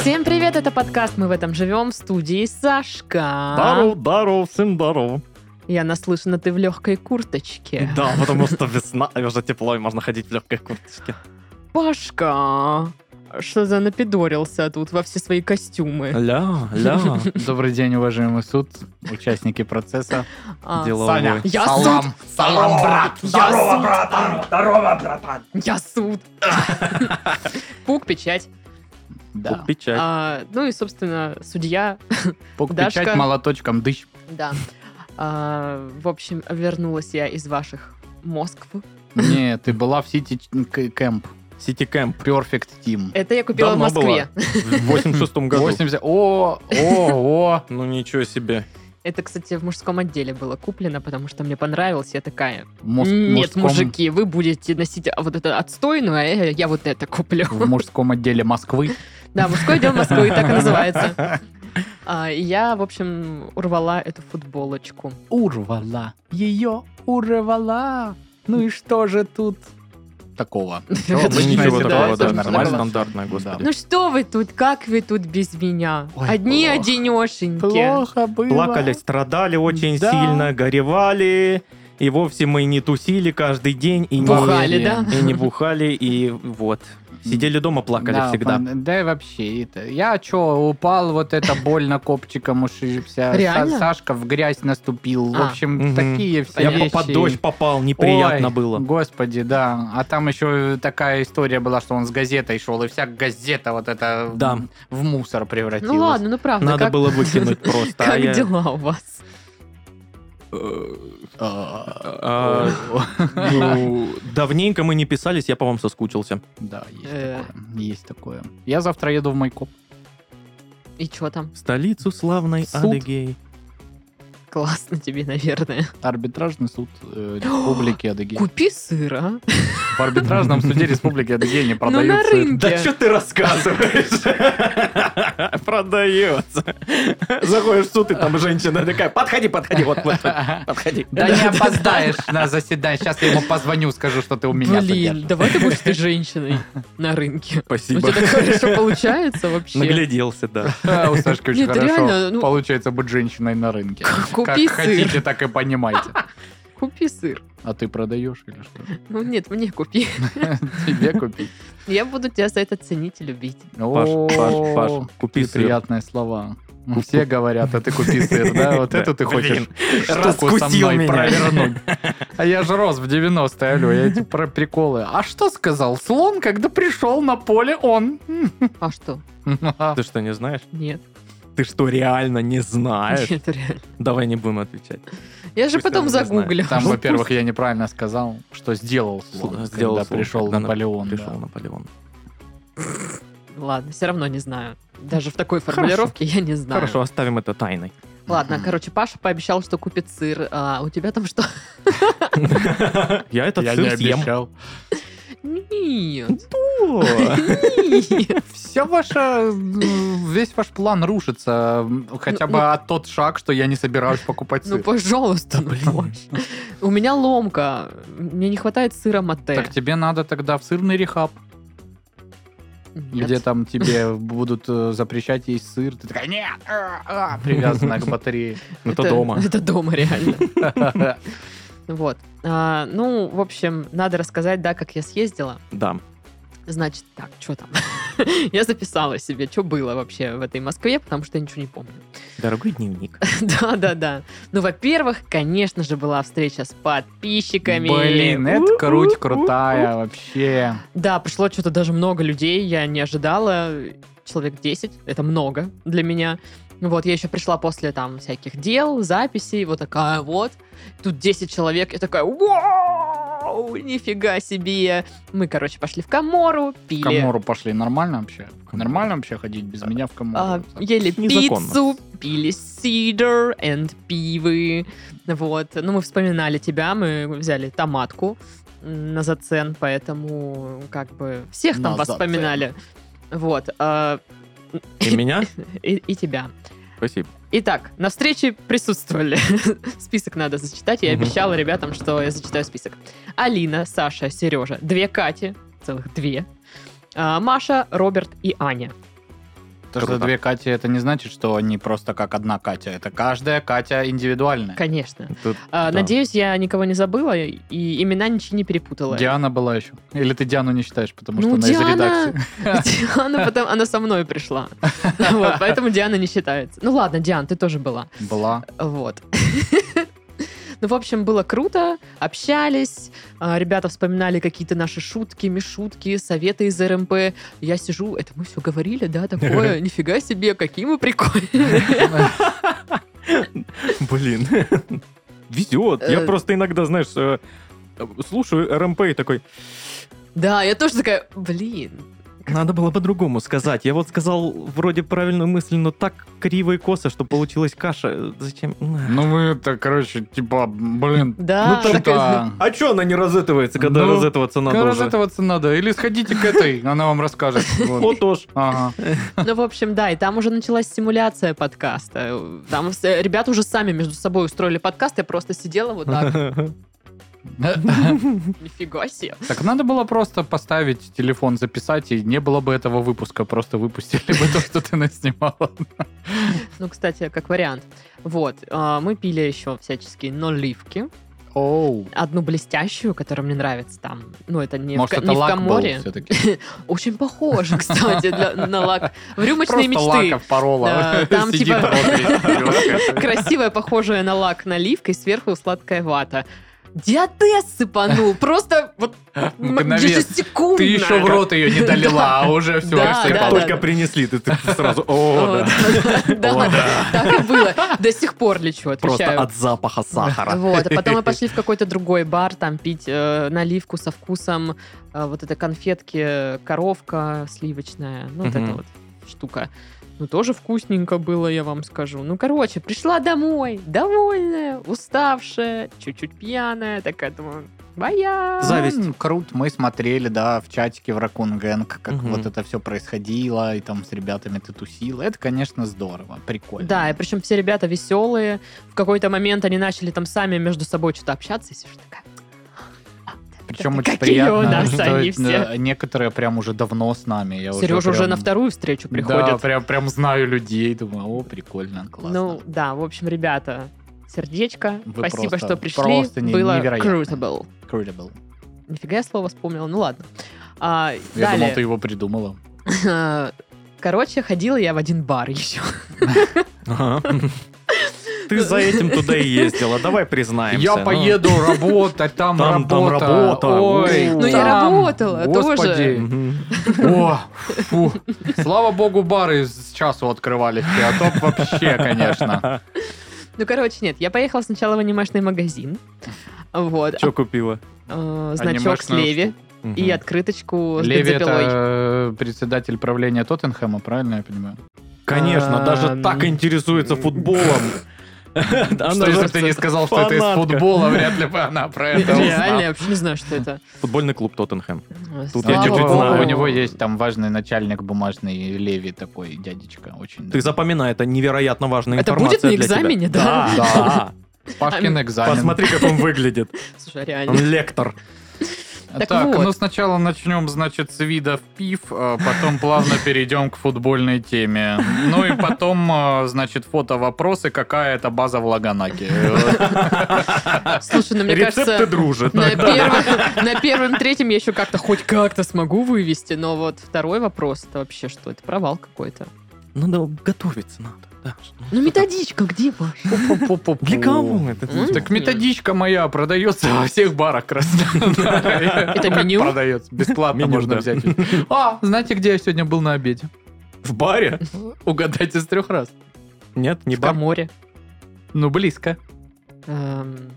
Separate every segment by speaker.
Speaker 1: Всем привет, это подкаст «Мы в этом живем» в студии Сашка.
Speaker 2: Дару, дару, всем дару.
Speaker 1: Я наслышана, ты в легкой курточке.
Speaker 2: Да, потому что весна, и уже тепло, и можно ходить в легкой курточке.
Speaker 1: Пашка, что за напидорился тут во все свои костюмы?
Speaker 2: Ля, ля.
Speaker 3: Добрый день, уважаемый суд, участники процесса.
Speaker 1: А,
Speaker 2: Деловой.
Speaker 1: Я
Speaker 3: салам,
Speaker 1: суд.
Speaker 3: салам, брат.
Speaker 1: Я суд.
Speaker 4: братан! Здорово, братан!
Speaker 1: Я суд. Пук, печать.
Speaker 3: Да.
Speaker 2: Печать.
Speaker 1: А, ну и, собственно, судья,
Speaker 3: Пук
Speaker 1: Дашка.
Speaker 3: печать молоточком дыщ.
Speaker 1: да. А, в общем, вернулась я из ваших Москв.
Speaker 3: Не, ты была в Сити Ч- К- Кэмп.
Speaker 2: Сити Кэмп.
Speaker 3: Perfect Team.
Speaker 1: Это я купила в
Speaker 2: Давно
Speaker 1: Москве.
Speaker 2: В 86 году.
Speaker 3: 80... О, о, о.
Speaker 2: Ну ничего себе.
Speaker 1: Это, кстати, в мужском отделе было куплено, потому что мне понравилось. Я такая,
Speaker 3: Мус-
Speaker 1: нет,
Speaker 3: мужском-
Speaker 1: мужики, вы будете носить вот это отстойную, а я я вот это куплю.
Speaker 3: В мужском отделе Москвы.
Speaker 1: Да, мужской отдел Москвы, так и называется. А, и Я, в общем, урвала эту футболочку.
Speaker 3: Урвала. Ее урвала. Ну и что же тут? Такого.
Speaker 2: Ну,
Speaker 1: Это
Speaker 3: обычно
Speaker 2: Ничего
Speaker 3: всегда
Speaker 2: такого, да,
Speaker 3: это
Speaker 2: нормально,
Speaker 3: нормально.
Speaker 2: стандартное, господи.
Speaker 1: Ну что вы тут, как вы тут без меня?
Speaker 3: Ой,
Speaker 1: Одни
Speaker 3: плохо.
Speaker 1: одинешеньки.
Speaker 3: было.
Speaker 2: Плакали, страдали очень
Speaker 3: Да.
Speaker 2: сильно, горевали. И вовсе мы не тусили каждый день. И не-
Speaker 1: Бухали, да? Ну
Speaker 2: И не бухали, и вот. Сидели дома, плакали
Speaker 3: Да,
Speaker 2: всегда.
Speaker 3: пон- Да и вообще, это, я чё, упал, вот это больно копчиком ушибся. Са-
Speaker 1: Реально?
Speaker 3: Сашка в грязь наступил. В
Speaker 1: А.
Speaker 3: общем,
Speaker 2: Мгм. А
Speaker 3: такие все
Speaker 2: Я по-
Speaker 3: вещи.
Speaker 2: под дождь попал, неприятно
Speaker 3: Ой,
Speaker 2: было.
Speaker 3: Господи, да. А там еще такая история была, что он с газетой шел, и вся газета вот это
Speaker 2: Да.
Speaker 3: в мусор превратилась.
Speaker 1: Ну ладно, ну правда.
Speaker 2: Надо
Speaker 1: как-
Speaker 2: было выкинуть просто. а
Speaker 1: Как
Speaker 2: я-
Speaker 1: дела у вас?
Speaker 2: А, ну, Давненько мы не писались, я по вам соскучился.
Speaker 3: Да, есть
Speaker 1: Э.
Speaker 3: такое. Есть такое. Я завтра еду в Майкоп.
Speaker 1: И что там?
Speaker 2: В Столицу славной
Speaker 3: Суд.
Speaker 2: Адыгеи.
Speaker 1: Классно тебе, наверное.
Speaker 3: Арбитражный суд э, Республики Адыгея.
Speaker 1: Купи сыра.
Speaker 3: В арбитражном суде Республики Адыгея не
Speaker 1: Ну на
Speaker 3: продаются
Speaker 1: рынке.
Speaker 2: чё ты рассказываешь? Продается. Заходишь в суд, и там женщина такая, подходи, подходи, вот, вот, вот, подходи.
Speaker 3: Да не опоздаешь на заседание. Сейчас я ему позвоню, скажу, что ты у меня
Speaker 1: Блин,
Speaker 3: задержан.
Speaker 1: давай ты будешь ты женщиной на рынке. У
Speaker 2: Спасибо.
Speaker 1: тебя так хорошо получается типа, вообще.
Speaker 2: Нагляделся, да.
Speaker 3: А, У Сашки очень
Speaker 1: Нет, реально, ну-
Speaker 3: хорошо получается быть женщиной на рынке. Как
Speaker 1: Купи сыр.
Speaker 3: хотите, так и понимаете.
Speaker 1: Купи сыр.
Speaker 3: А ты продаешь или что?
Speaker 1: Ну нет, мне купи.
Speaker 3: Тебе купить.
Speaker 1: Я буду тебя за это ценить и любить.
Speaker 2: Паш, Паш, Паш, купи
Speaker 3: Купи
Speaker 2: сыр.
Speaker 3: приятные слова. Все говорят, а ты купи сыр, да? Вот
Speaker 2: Да,
Speaker 3: это ты
Speaker 2: блин,
Speaker 3: хочешь штуку со
Speaker 2: раскусил
Speaker 3: мной
Speaker 2: меня.
Speaker 3: провернуть. А я же рос в 90-е, алло, я эти про приколы. А что сказал слон, когда пришел на поле он?
Speaker 1: А что?
Speaker 2: Ты что, не знаешь?
Speaker 1: Нет.
Speaker 2: Ты что, реально не знаешь?
Speaker 1: Нет, реально.
Speaker 2: Давай не будем отвечать.
Speaker 1: Я же
Speaker 2: А Пусть он
Speaker 1: потом
Speaker 2: не знает.
Speaker 1: загуглю.
Speaker 3: Там,
Speaker 2: Ну,
Speaker 3: во-первых, я неправильно сказал, что сделал слон,
Speaker 2: Сделал
Speaker 3: когда
Speaker 2: слон,
Speaker 3: пришел
Speaker 2: когда
Speaker 3: Наполеон. да.
Speaker 2: Пришел Наполеон.
Speaker 1: Ну, Ладно, все равно не знаю. Даже в такой формулировке я не знаю.
Speaker 2: Хорошо, оставим это тайной.
Speaker 1: Ладно,
Speaker 3: Мгм.
Speaker 1: короче, Паша пообещал, что купит сыр. А у тебя там что?
Speaker 2: Я этот
Speaker 3: Я не
Speaker 2: сыр съем.
Speaker 3: обещал.
Speaker 1: Нет.
Speaker 2: О.
Speaker 1: Нет.
Speaker 3: Все ваше, э, весь ваш план рушится. Хотя
Speaker 1: Ну,
Speaker 3: бы
Speaker 1: ну-
Speaker 3: от тот шаг, что я не собираюсь покупать
Speaker 1: Ну,
Speaker 3: сыр.
Speaker 1: пожалуйста, ну, Паш. У меня ломка. Мне не хватает сыра мате.
Speaker 3: Так тебе надо тогда в сырный рехаб,
Speaker 1: Нет.
Speaker 3: где там тебе будут э, запрещать есть сыр. Ты такая, нет, а, а», привязана к батарее.
Speaker 2: Это ну, дома.
Speaker 1: Это дома, реально.
Speaker 3: Ты
Speaker 1: Вот. А, ну, в общем, надо рассказать, да, как я съездила.
Speaker 2: Да.
Speaker 1: Значит, так, что там? Я записала себе, что было вообще в этой Москве, потому что я ничего не помню.
Speaker 2: Дорогой дневник.
Speaker 1: Да, да, да. Ну, во-первых, конечно же, была встреча с подписчиками.
Speaker 3: Блин, это круть крутая вообще.
Speaker 1: Да, пришло что-то даже много людей, я не ожидала. Человек 10, это много для меня. Ну Вот, я еще пришла после там всяких дел, записей, вот такая вот. Тут 10 человек, я такая, вау, нифига себе. Мы, короче, пошли в Камору, пили,
Speaker 3: В Камору пошли нормально вообще? Нормально вообще ходить без меня в
Speaker 1: а,
Speaker 3: Камору?
Speaker 1: ели
Speaker 2: Незаконно.
Speaker 1: пиццу, пили сидр and пивы. Вот, ну мы вспоминали тебя, мы взяли томатку на зацен, поэтому как бы всех там
Speaker 3: На
Speaker 1: вас
Speaker 3: зацен.
Speaker 1: вспоминали. Вот, а,
Speaker 2: И меня?
Speaker 1: и, и тебя.
Speaker 2: Спасибо.
Speaker 1: Итак, на встрече присутствовали. Список надо зачитать. Я
Speaker 2: Мгм.
Speaker 1: обещала ребятам, что я зачитаю список. Алина, Саша, Сережа, две Кати, целых две, а, Маша, Роберт и Аня.
Speaker 3: То, что
Speaker 2: Круто.
Speaker 3: две Кати, это не значит, что они просто как одна Катя. Это каждая Катя индивидуальная.
Speaker 1: Конечно.
Speaker 2: Тут,
Speaker 1: А,
Speaker 2: да.
Speaker 1: Надеюсь, я никого не забыла и имена ничьи не перепутала.
Speaker 3: Диана была еще. Или ты Диану не считаешь, потому что
Speaker 1: Ну,
Speaker 3: она из
Speaker 1: Диана,
Speaker 3: редакции.
Speaker 1: Диана потом, она со мной пришла. Вот, поэтому Диана не считается. Ну ладно, Диан, ты тоже была.
Speaker 3: Была.
Speaker 1: Вот. Ну, в общем, было круто, общались, а, ребята вспоминали какие-то наши шутки, мишутки, советы из РМП. Я сижу, это мы все говорили, да, такое, нифига себе, какие мы прикольные.
Speaker 2: Блин. Везет. Я
Speaker 1: Э.
Speaker 2: просто иногда, знаешь, э, слушаю РМП и такой,
Speaker 1: Да, я тоже такая, блин,
Speaker 2: надо было по-другому сказать. Я вот сказал вроде правильную мысль, но так криво и косо, что получилась каша. Зачем? На.
Speaker 3: Ну, мы это, короче, типа, блин,
Speaker 1: да.
Speaker 3: ну,
Speaker 1: такая,
Speaker 3: так
Speaker 2: А чё она не разэтывается, когда
Speaker 3: Ну,
Speaker 2: разэтываться надо
Speaker 3: Раз
Speaker 2: уже?
Speaker 3: этого надо. Или сходите к этой, она вам расскажет. Вот.
Speaker 2: Вот уж.
Speaker 3: Ага.
Speaker 1: Ну, в общем, да, и там уже началась симуляция подкаста. Там с- э, ребята уже сами между собой устроили подкаст, я просто сидела вот так, нифига себе.
Speaker 3: Так надо было просто поставить телефон, записать, и не было бы этого выпуска. Просто выпустили бы то, что ты наснимала.
Speaker 1: Ну, кстати, как вариант. Вот, а, мы пили еще всяческие наливки.
Speaker 3: Оу.
Speaker 1: одну блестящую, которая мне нравится там. Ну, это не,
Speaker 3: Может,
Speaker 1: в, ко- не
Speaker 3: это
Speaker 1: в
Speaker 3: лак был
Speaker 1: коморе.
Speaker 3: все-таки.
Speaker 1: Очень похоже, кстати, для- на лак. В рюмочные
Speaker 3: Просто
Speaker 1: мечты.
Speaker 3: лаков порола.
Speaker 1: Да, там
Speaker 3: Сидит
Speaker 1: типа-
Speaker 3: розовый.
Speaker 1: Красивая, похожая на лак наливка и сверху сладкая вата. Диатез сыпанул, просто вот м-
Speaker 3: Мгновенно.
Speaker 1: ежесекундно.
Speaker 3: Ну, Ты еще в рот ее не долила, а уже все
Speaker 1: Да,
Speaker 2: Как
Speaker 1: да,
Speaker 2: только
Speaker 1: да.
Speaker 2: принесли, ты ты сразу... О,
Speaker 1: Вот,
Speaker 2: да.
Speaker 1: да,
Speaker 2: О,
Speaker 1: Так и было. До сих пор лечу,
Speaker 2: Просто
Speaker 1: отвечаю.
Speaker 2: от запаха сахара.
Speaker 1: Вот, а потом мы пошли в какой-то другой бар, там пить э, наливку со вкусом э, вот этой конфетки, коровка сливочная, ну вот
Speaker 2: Мгм.
Speaker 1: эта вот штука. Ну тоже вкусненько было, я вам скажу. Ну короче, пришла домой, довольная, уставшая, чуть-чуть пьяная, такая думаю, моя.
Speaker 2: Зависть.
Speaker 3: М, Круто, мы смотрели, да, в чатике в Ракун Гэнг, как
Speaker 2: Мгм.
Speaker 3: вот это все происходило, и там с ребятами ты тусила. Это, конечно, здорово, прикольно.
Speaker 1: Да, и причем все ребята веселые. В какой-то момент они начали там сами между собой что-то общаться, и сижу такая.
Speaker 3: Причем очень
Speaker 1: Какие
Speaker 3: приятно,
Speaker 1: у нас
Speaker 3: что
Speaker 1: они
Speaker 3: э,
Speaker 1: все.
Speaker 3: некоторые прям уже давно с нами. Я
Speaker 1: Сережа уже
Speaker 3: прям-
Speaker 1: на вторую встречу приходит.
Speaker 3: Да, прям, прям знаю людей, думаю, о, прикольно, классно.
Speaker 1: Ну да, в общем, ребята, сердечко.
Speaker 3: Вы
Speaker 1: спасибо,
Speaker 3: просто-
Speaker 1: что пришли.
Speaker 3: просто не-
Speaker 1: Было
Speaker 3: невероятно.
Speaker 1: круто было.
Speaker 3: Круто было.
Speaker 1: Нифига я слово вспомнила, ну ладно. А,
Speaker 3: Я думал, ты
Speaker 1: далее.
Speaker 3: его придумала.
Speaker 1: Короче, ходила я в один бар еще.
Speaker 2: Ага. Ты за этим туда и ездила, давай признаемся.
Speaker 3: Я
Speaker 2: ну.
Speaker 3: поеду работать, там,
Speaker 2: Там- там
Speaker 3: работа.
Speaker 2: работа,
Speaker 3: Ой,
Speaker 2: у.
Speaker 1: Ну, я
Speaker 3: там,
Speaker 1: работала тоже.
Speaker 2: Мгм.
Speaker 3: О, фу. Слава богу, бары с часу открывались, а то б вообще, конечно.
Speaker 1: Ну, короче, нет, я поехала сначала в анимешный магазин. Вот.
Speaker 2: Что купила?
Speaker 1: Э, Значок с
Speaker 3: Анимешную
Speaker 1: Леви и
Speaker 2: Мгм.
Speaker 1: открыточку с
Speaker 3: Леви
Speaker 1: бензопилой.
Speaker 3: это э, председатель правления Тоттенхэма, правильно я понимаю?
Speaker 2: Конечно, даже
Speaker 1: Эм.
Speaker 2: так интересуется футболом.
Speaker 3: Что
Speaker 2: Она
Speaker 3: если
Speaker 2: же
Speaker 3: бы ты не сказал, что это из
Speaker 2: фанатка.
Speaker 3: футбола, вряд ли бы она про это
Speaker 1: Реально, я
Speaker 3: узнала.
Speaker 1: вообще не знаю, что это.
Speaker 2: Футбольный клуб Тоттенхэм. Тут
Speaker 1: Слава
Speaker 2: я чуть-чуть
Speaker 1: богу.
Speaker 2: знаю.
Speaker 3: У него есть там важный начальник бумажный, Леви такой, дядечка, очень.
Speaker 2: Ты запоминай, это невероятно важная
Speaker 1: Это
Speaker 2: информация
Speaker 1: будет на
Speaker 2: для тебя.
Speaker 1: экзамене, да?
Speaker 2: Да,
Speaker 1: А,
Speaker 3: Пашкин экзамен.
Speaker 2: Посмотри, как он выглядит.
Speaker 1: Слушай,
Speaker 2: Он
Speaker 1: реально.
Speaker 2: лектор.
Speaker 1: Так
Speaker 3: Так,
Speaker 1: вот.
Speaker 3: ну сначала начнем, значит, с видов пив, а потом плавно перейдем к футбольной теме. Ну и потом, а, значит, фото-вопросы, какая это база в Лаганаке.
Speaker 1: Слушай, ну мне кажется...
Speaker 2: Рецепты дружат.
Speaker 1: На первом, на первом, третьем я еще как-то хоть как-то смогу вывести, но вот второй вопрос это вообще что? Это провал какой-то.
Speaker 2: Надо Ну готовиться надо. да.
Speaker 1: Ну методичка, где Паш?
Speaker 2: Для кого это?
Speaker 1: М?
Speaker 3: Так методичка моя продается во всех барах Краснодара.
Speaker 1: Это меню?
Speaker 3: Продается. Бесплатно
Speaker 2: Меню,
Speaker 3: можно
Speaker 2: да.
Speaker 3: взять. А, знаете, где я сегодня был на обеде?
Speaker 2: В баре?
Speaker 3: Угадайте с трех раз.
Speaker 2: Нет, не
Speaker 1: В
Speaker 2: бар.
Speaker 1: Каморе.
Speaker 3: Ну, близко.
Speaker 1: Эм,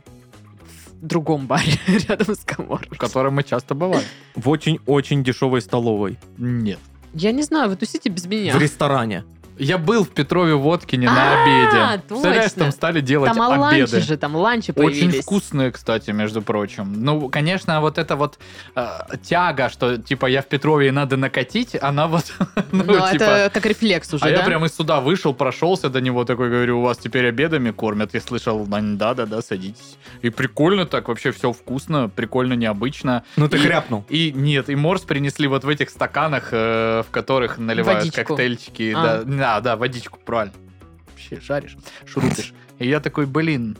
Speaker 1: в другом баре рядом с Камор.
Speaker 3: В котором мы часто бываем.
Speaker 2: В очень-очень дешевой столовой.
Speaker 3: Нет.
Speaker 1: Я не знаю, вы тусите без меня.
Speaker 2: В ресторане.
Speaker 3: Я был в Петрове Водкине на
Speaker 1: А,
Speaker 3: обеде.
Speaker 1: точно.
Speaker 3: Представляешь, там стали делать
Speaker 1: Там аланчи
Speaker 3: обеды.
Speaker 1: же, там ланчи
Speaker 3: Очень
Speaker 1: появились.
Speaker 3: вкусные, кстати, между прочим. Ну, конечно, вот эта вот э, тяга, что типа я в Петрове и надо накатить, она вот, ну,
Speaker 1: Но
Speaker 3: типа...
Speaker 1: это как рефлекс уже,
Speaker 3: а
Speaker 1: да?
Speaker 3: я прям из суда вышел, прошелся до него, такой говорю, у вас теперь обедами кормят. Я слышал, да-да-да, садитесь. И прикольно так, вообще все вкусно, прикольно, необычно.
Speaker 2: Ну ты
Speaker 3: И-
Speaker 2: хряпнул.
Speaker 3: И нет, и морс принесли вот в этих стаканах, э, в которых наливают
Speaker 1: Водичку.
Speaker 3: коктейльчики.
Speaker 1: А.
Speaker 3: Да, да, да, водичку, правильно. Вообще шаришь, шутишь. И я такой, блин,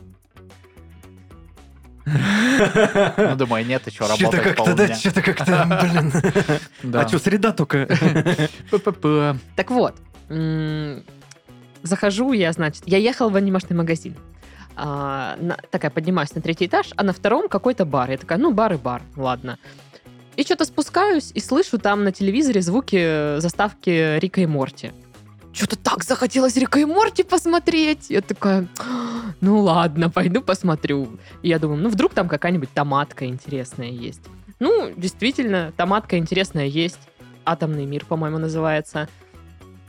Speaker 3: ну думаю, нет, еще
Speaker 2: Чё-то
Speaker 3: работать
Speaker 2: как-то, да,
Speaker 3: полдня.
Speaker 2: что-то как-то, блин.
Speaker 3: Да.
Speaker 2: А что, среда только?
Speaker 3: П-п-п.
Speaker 1: Так вот, м, захожу я, значит, я ехала в анимешный магазин. А, на- такая, поднимаюсь на третий этаж, а на втором какой-то бар. Я такая, ну, бар и бар, ладно. И что-то спускаюсь и слышу там на телевизоре звуки э, заставки Рика и Морти. Что-то так захотелось Рика и Морти посмотреть. Я такая, «А, ну ладно, пойду посмотрю. И я думаю, ну вдруг там какая-нибудь томатка интересная есть. Ну, действительно, томатка интересная есть. Атомный мир, по-моему, называется.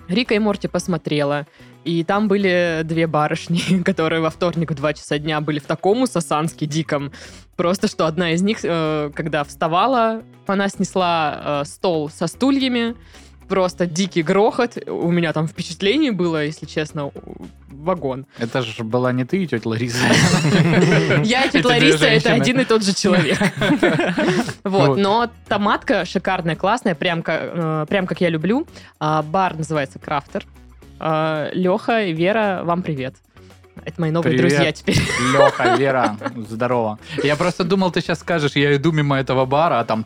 Speaker 1: Рика и Морти посмотрела. И там были две барышни, которые во вторник в 2 часа дня были в таком усосанске диком. Просто что одна из них, э, когда вставала, она снесла э, стол со стульями. Просто дикий грохот. У меня там впечатление было, если честно, у- вагон.
Speaker 3: Это же была не ты, тетя Лариса.
Speaker 1: Я и
Speaker 3: Эти
Speaker 1: тетя
Speaker 3: две
Speaker 1: Лариса, это
Speaker 3: женщины.
Speaker 1: один и тот же человек. Вот,
Speaker 3: Вот.
Speaker 1: но томатка шикарная, классная, прям ка- э, прям как я люблю. А, Бар называется Крафтер. Леха и Вера, вам привет. Это мои новые
Speaker 3: Привет.
Speaker 1: друзья теперь.
Speaker 3: Леха, Вера, здорово. Я просто думал, ты сейчас скажешь, я иду мимо этого бара, а там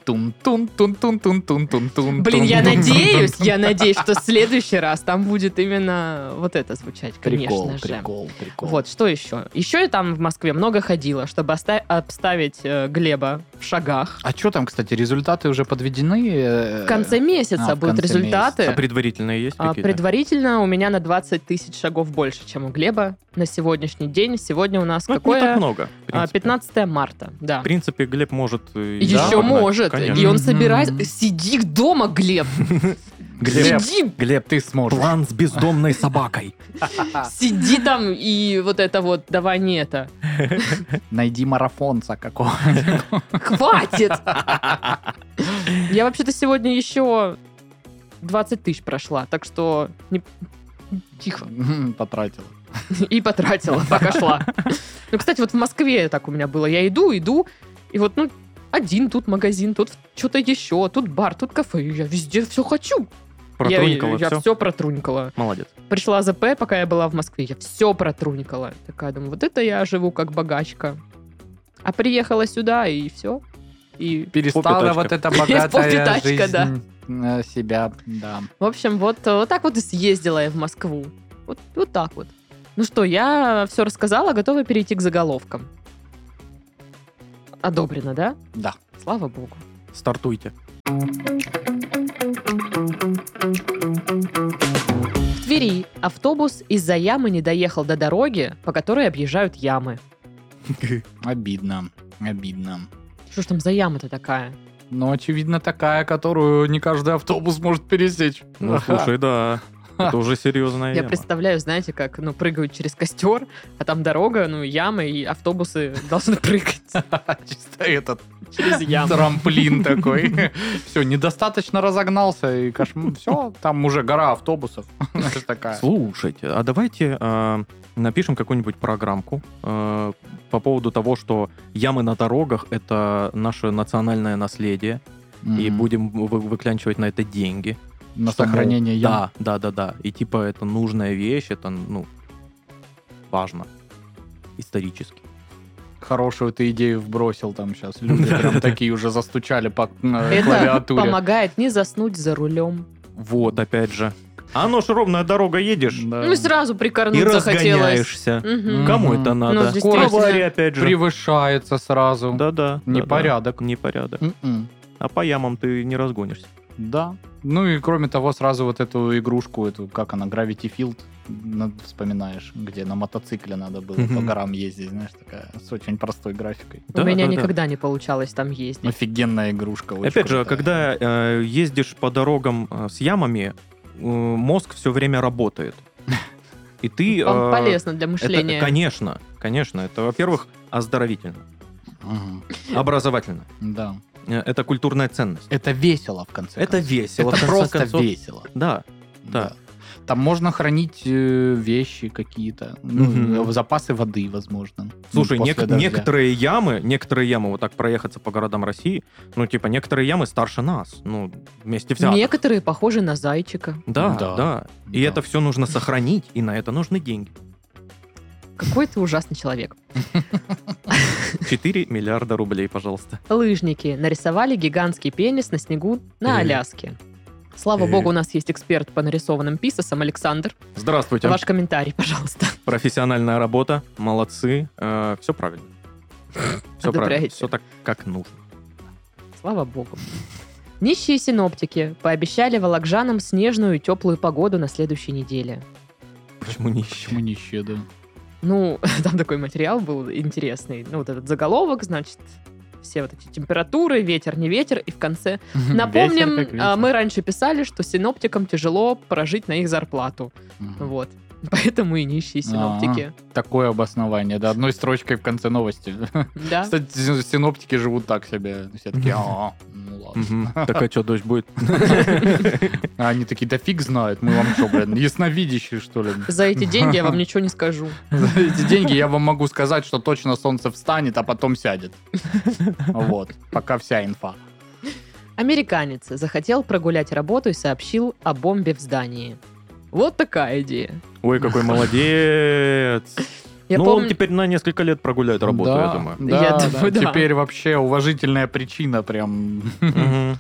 Speaker 3: тун-тун-тун-тун-тун-тун-тун-тун.
Speaker 1: Блин, я надеюсь, я надеюсь, что в следующий раз там будет именно вот это звучать,
Speaker 3: Прикол,
Speaker 1: конечно же.
Speaker 3: прикол, прикол.
Speaker 1: Вот, что еще? Еще я там в Москве много ходила, чтобы оста- обставить э, Глеба в шагах.
Speaker 3: А что там, кстати, результаты уже подведены? э,
Speaker 1: В конце месяца
Speaker 3: а, в
Speaker 1: будут
Speaker 3: конце
Speaker 1: результаты.
Speaker 2: А предварительные есть
Speaker 1: А,
Speaker 2: какие-то?
Speaker 1: Предварительно у меня на 20 тысяч шагов больше, чем у Глеба на сегодняшний день. Сегодня у нас
Speaker 2: Ну, это не так
Speaker 1: какое?
Speaker 2: много. в
Speaker 1: А,
Speaker 2: принципе.
Speaker 1: 15 марта, да.
Speaker 2: В принципе, Глеб может... и
Speaker 1: Еще
Speaker 2: обогнать,
Speaker 1: может.
Speaker 2: конечно.
Speaker 1: И он
Speaker 3: Мгм.
Speaker 1: собирается... Сиди дома, Глеб!
Speaker 3: Глеб,
Speaker 1: Сиди!
Speaker 2: Глеб,
Speaker 3: ты сможешь.
Speaker 2: план с бездомной собакой.
Speaker 1: Сиди там и вот это вот, давай не это.
Speaker 3: Найди марафонца какого.
Speaker 1: Хватит! Я вообще-то сегодня еще 20 тысяч прошла, так что не- тихо.
Speaker 3: М, Потратил.
Speaker 1: И потратила, пока шла. Ну, кстати, вот в Москве так у меня было. Я иду, иду, и вот, ну, один тут магазин, тут что-то еще, тут бар, тут кафе. Я везде все хочу. Я-
Speaker 2: Протрунькало
Speaker 1: Я,
Speaker 2: все.
Speaker 1: все протрунькала.
Speaker 2: Молодец.
Speaker 1: Пришла ЗП, пока я была в Москве, я все протрунькала. Такая думаю, вот это я живу как богачка. А приехала сюда, и все. И,
Speaker 3: Перестала
Speaker 2: Попятачка.
Speaker 3: вот эта богатая
Speaker 1: Попятачка, да.
Speaker 3: жизнь э, себя, да.
Speaker 1: в общем, вот, э, вот так вот и съездила я в Москву. Вот, вот так вот. Ну что, я все рассказала, готова перейти к заголовкам. Одобрено, да?
Speaker 3: Да.
Speaker 1: Слава богу.
Speaker 2: Стартуйте.
Speaker 1: В Твери автобус из-за ямы не доехал до дороги, по которой объезжают ямы.
Speaker 3: Обидно, обидно.
Speaker 1: Что ж там за яма-то такая?
Speaker 3: Но, очевидно, такая, которую не каждый автобус может пересечь.
Speaker 2: Ну, слушай, да. Это уже серьезная
Speaker 1: Я
Speaker 2: яма.
Speaker 1: представляю, знаете, как ну, прыгают через костер, а там дорога, ну, ямы, и автобусы должны прыгать
Speaker 3: Чисто этот
Speaker 1: через яму.
Speaker 3: трамплин такой. Все, недостаточно разогнался, и кошмар. Все, там уже гора автобусов. Знаешь, такая.
Speaker 2: Слушайте, а давайте э, напишем какую-нибудь программку э, по поводу того, что ямы на дорогах — это наше национальное наследие, и
Speaker 3: Мгм.
Speaker 2: будем вы- выклянчивать на это деньги.
Speaker 3: На
Speaker 2: Что, мол,
Speaker 3: сохранение ям.
Speaker 2: Да, да, да, да. И типа это нужная вещь, это, ну, важно. Исторически.
Speaker 3: Хорошую ты идею вбросил там сейчас. Люди прям такие уже застучали по э,
Speaker 1: Это
Speaker 3: клавиатуре.
Speaker 1: помогает не заснуть за рулем.
Speaker 2: Вот, опять же. А ну ж ровная дорога едешь
Speaker 3: Да.
Speaker 1: Ну и сразу
Speaker 2: и
Speaker 1: прикорнуть захотелось.
Speaker 2: разгоняешься.
Speaker 1: Мгм.
Speaker 2: Кому
Speaker 3: Мгм.
Speaker 2: это
Speaker 1: Ну,
Speaker 2: надо?
Speaker 1: действительно.
Speaker 2: Авария, опять же.
Speaker 3: Превышается сразу.
Speaker 2: Да-да.
Speaker 3: Непорядок.
Speaker 2: да-да. Непорядок.
Speaker 3: М-м.
Speaker 2: А по ямам ты не разгонишься.
Speaker 3: Да. Ну и кроме того, сразу вот эту игрушку, эту, как она, Gravity Field, на- вспоминаешь, где на мотоцикле надо было по
Speaker 2: Мгм.
Speaker 3: горам ездить, знаешь, такая, с очень простой графикой.
Speaker 1: У меня
Speaker 2: Да-да-да.
Speaker 1: никогда не получалось там ездить.
Speaker 3: Офигенная игрушка. очень
Speaker 2: Опять же, а
Speaker 3: крутая.
Speaker 2: когда э, ездишь по дорогам э, с ямами, э, мозг все время работает. И ты...
Speaker 1: Пом-
Speaker 2: э,
Speaker 1: Полезно для
Speaker 2: это-
Speaker 1: мышления.
Speaker 2: Конечно, конечно. Это, во-первых, оздоровительно,
Speaker 3: Мгм.
Speaker 2: образовательно.
Speaker 3: Да.
Speaker 2: Э, Это культурная ценность.
Speaker 3: Это весело, в конце
Speaker 2: Это
Speaker 3: концов.
Speaker 2: весело, в
Speaker 3: Это
Speaker 2: конце
Speaker 3: просто
Speaker 2: концов.
Speaker 3: весело.
Speaker 2: Да,
Speaker 3: Да. Там можно хранить э, вещи какие-то, ну,
Speaker 2: Мгм.
Speaker 3: запасы воды, возможно.
Speaker 2: Слушай,
Speaker 3: Ну, после
Speaker 2: нек-
Speaker 3: дождя.
Speaker 2: некоторые ямы, некоторые ямы, вот так проехаться по городам России, ну, типа, некоторые ямы старше нас, ну, вместе взятых.
Speaker 1: Некоторые похожи на зайчика.
Speaker 2: Да,
Speaker 3: Да.
Speaker 2: да,
Speaker 3: Да.
Speaker 2: И это все нужно сохранить, и на это нужны деньги.
Speaker 1: Какой ты ужасный человек.
Speaker 2: 4 миллиарда рублей, пожалуйста.
Speaker 1: Лыжники нарисовали гигантский пенис на снегу на
Speaker 2: Э.
Speaker 1: Аляске. Слава
Speaker 2: Э.
Speaker 1: богу, у нас есть эксперт по нарисованным писосам Александр.
Speaker 2: Здравствуйте.
Speaker 1: Ваш комментарий, пожалуйста.
Speaker 2: Профессиональная работа, молодцы, все правильно. Все правильно,
Speaker 1: Одобряете.
Speaker 2: все так, как нужно.
Speaker 1: Слава богу. Нищие синоптики пообещали волокжанам снежную и теплую погоду на следующей неделе.
Speaker 2: Почему не ищем?
Speaker 3: Почему нищие, да?
Speaker 1: Ну, там такой материал был интересный. Ну, вот этот заголовок, значит, все вот эти температуры, ветер, не ветер, и в конце... Напомним,
Speaker 3: Ветер как ветер.
Speaker 1: а, мы раньше писали, что синоптикам тяжело прожить на их зарплату.
Speaker 3: Мгм.
Speaker 1: Вот. Поэтому и нищие синоптики.
Speaker 3: Такое обоснование, да, одной строчкой в конце новости.
Speaker 1: Да.
Speaker 3: Кстати, си- синоптики живут так себе. Все такие, «А, ну ладно.
Speaker 2: Мгм. Так а что, дождь будет?
Speaker 3: А они такие, да фиг знает, мы вам что, блин, ясновидящие, что ли?
Speaker 1: За эти деньги я вам ничего не скажу.
Speaker 3: За эти деньги я вам могу сказать, что точно солнце встанет, а потом сядет. Вот, пока вся инфа.
Speaker 1: Американец захотел прогулять работу и сообщил о бомбе в здании. Вот такая идея.
Speaker 2: Ой, какой молодец!
Speaker 1: Я
Speaker 2: ну,
Speaker 1: помню...
Speaker 2: он теперь на несколько лет прогуляет работу,
Speaker 3: Да,
Speaker 2: я думаю.
Speaker 3: Да,
Speaker 1: Я
Speaker 3: да.
Speaker 1: думаю, да.
Speaker 3: Теперь вообще уважительная причина прям...
Speaker 2: Мгм.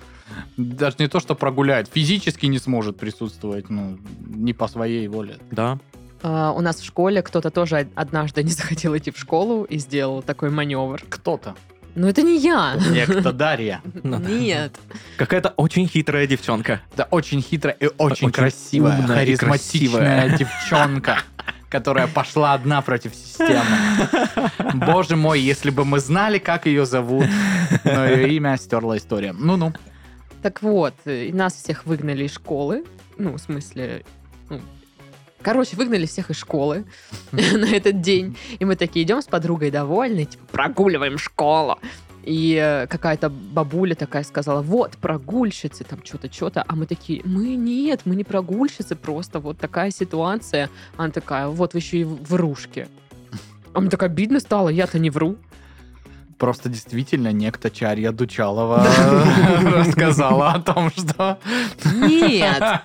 Speaker 3: Даже не то, что прогуляет, физически не сможет присутствовать, ну, не по своей воле.
Speaker 2: Да.
Speaker 1: а, у нас в школе кто-то тоже од- однажды не захотел идти в школу и сделал такой маневр.
Speaker 3: Кто-то.
Speaker 1: Но это не я.
Speaker 3: Некто Дарья.
Speaker 2: Ну да.
Speaker 1: Нет.
Speaker 2: Какая-то очень хитрая девчонка.
Speaker 3: Да, очень хитрая и очень,
Speaker 2: Очень
Speaker 3: красивая,
Speaker 2: умная и
Speaker 3: харизматичная девчонка, которая пошла одна против системы. Боже мой, если бы мы знали, как ее зовут, но ее имя стерла история. Ну-ну.
Speaker 1: Так вот, э, нас всех выгнали из школы. Ну, в смысле... ну, Короче, выгнали всех из школы на этот день. И мы такие идем с подругой довольны, типа, прогуливаем школу. И э, какая-то бабуля такая сказала, вот, прогульщицы, там что-то, что-то. А мы такие, мы нет, мы не прогульщицы, просто вот такая ситуация. Она такая, вот вы еще и в- врушки. А мне так обидно стало, я-то не вру.
Speaker 3: Просто действительно некто Чарья Дучалова рассказала о том, что...
Speaker 1: Нет,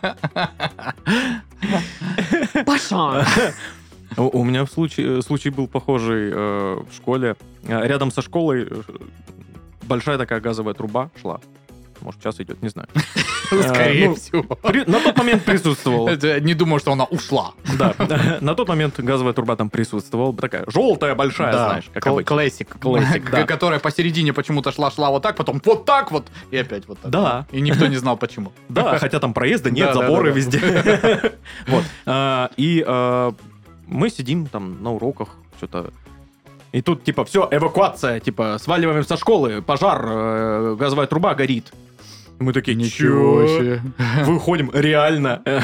Speaker 1: Паша.
Speaker 2: У, у меня в случае, э, случай был похожий э, в школе. Э, Рядом со школой э, большая такая газовая труба шла. Может, сейчас идет, не знаю. Э,
Speaker 3: Скорее
Speaker 2: ну,
Speaker 3: всего.
Speaker 2: При- на тот момент присутствовала.
Speaker 3: Это- Не думаю, что она ушла.
Speaker 2: Да. На тот момент газовая труба там присутствовала. Такая желтая, большая,
Speaker 3: Да,
Speaker 2: знаешь, как
Speaker 3: кл-
Speaker 2: обычно.
Speaker 3: Классик.
Speaker 2: Классик, да.
Speaker 3: Которая посередине почему-то шла-шла вот так, потом вот так вот, и опять вот так.
Speaker 2: Да.
Speaker 3: И никто не знал, почему.
Speaker 2: Да, хотя там проезда
Speaker 3: Да,
Speaker 2: нет,
Speaker 3: да,
Speaker 2: заборы
Speaker 3: да, да.
Speaker 2: везде. Вот. А, И а, мы сидим там на уроках, что-то. И тут типа все, эвакуация, типа сваливаем со школы, пожар, э, газовая труба горит. Мы такие, ничего себе. Выходим, реально. Э,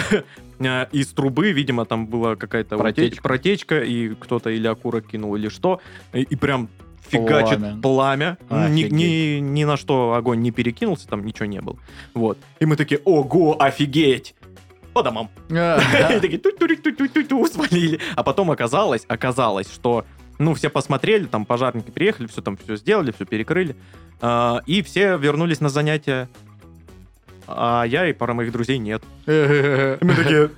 Speaker 2: Из трубы, видимо, там была какая-то вот
Speaker 3: Протечка.
Speaker 2: те- протечка, и кто-то или окурок кинул, или что. И, и прям фигачит
Speaker 3: Пламя.
Speaker 2: пламя. Ни,
Speaker 3: Офигеть.
Speaker 2: ни- ни на что огонь не перекинулся, там ничего не было. Вот. И мы такие, ого, офигеть! По домам. И такие, ту-ту-ту-ту-ту-ту, свалили. А потом оказалось, оказалось, что, ну, все посмотрели, там пожарники приехали, все там все сделали, все перекрыли. А, И все вернулись на занятия. А я и пара моих друзей нет. И мы такие,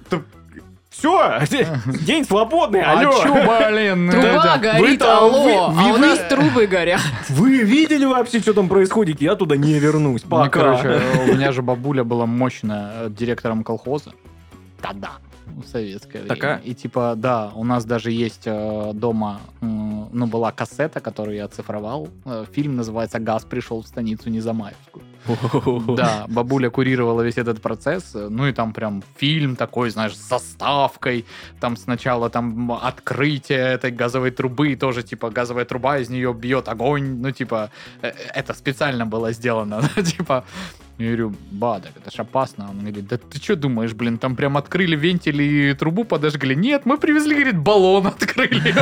Speaker 2: все, день свободный,
Speaker 3: А
Speaker 2: алло.
Speaker 3: чё, блин?
Speaker 1: Труба
Speaker 3: это-
Speaker 1: горит,
Speaker 2: вы-то-
Speaker 1: алло,
Speaker 2: вы-
Speaker 1: а
Speaker 2: вы-
Speaker 1: у нас трубы горят.
Speaker 2: Вы видели вообще, что там происходит? Я туда не вернусь,
Speaker 3: Ну, короче,
Speaker 2: пока.
Speaker 3: у меня же бабуля была мощная э, директором колхоза. Тогда. В советское время.
Speaker 2: Такая?
Speaker 3: И типа, да, у нас даже есть э, дома, м, ну, была кассета, которую я оцифровал. Э, Фильм называется «Газ пришел в станицу Незамаевскую». Да, бабуля курировала весь этот процесс, э, ну и там прям фильм такой, знаешь, с заставкой, там сначала там м, открытие этой газовой трубы, тоже типа газовая э, труба, из нее бьет огонь, ну типа э, это специально было сделано, типа Я говорю, ба, так это ж опасно. Он говорит, да ты что думаешь, блин, там прям открыли вентили и трубу подожгли. Нет, мы привезли, говорит, баллон открыли.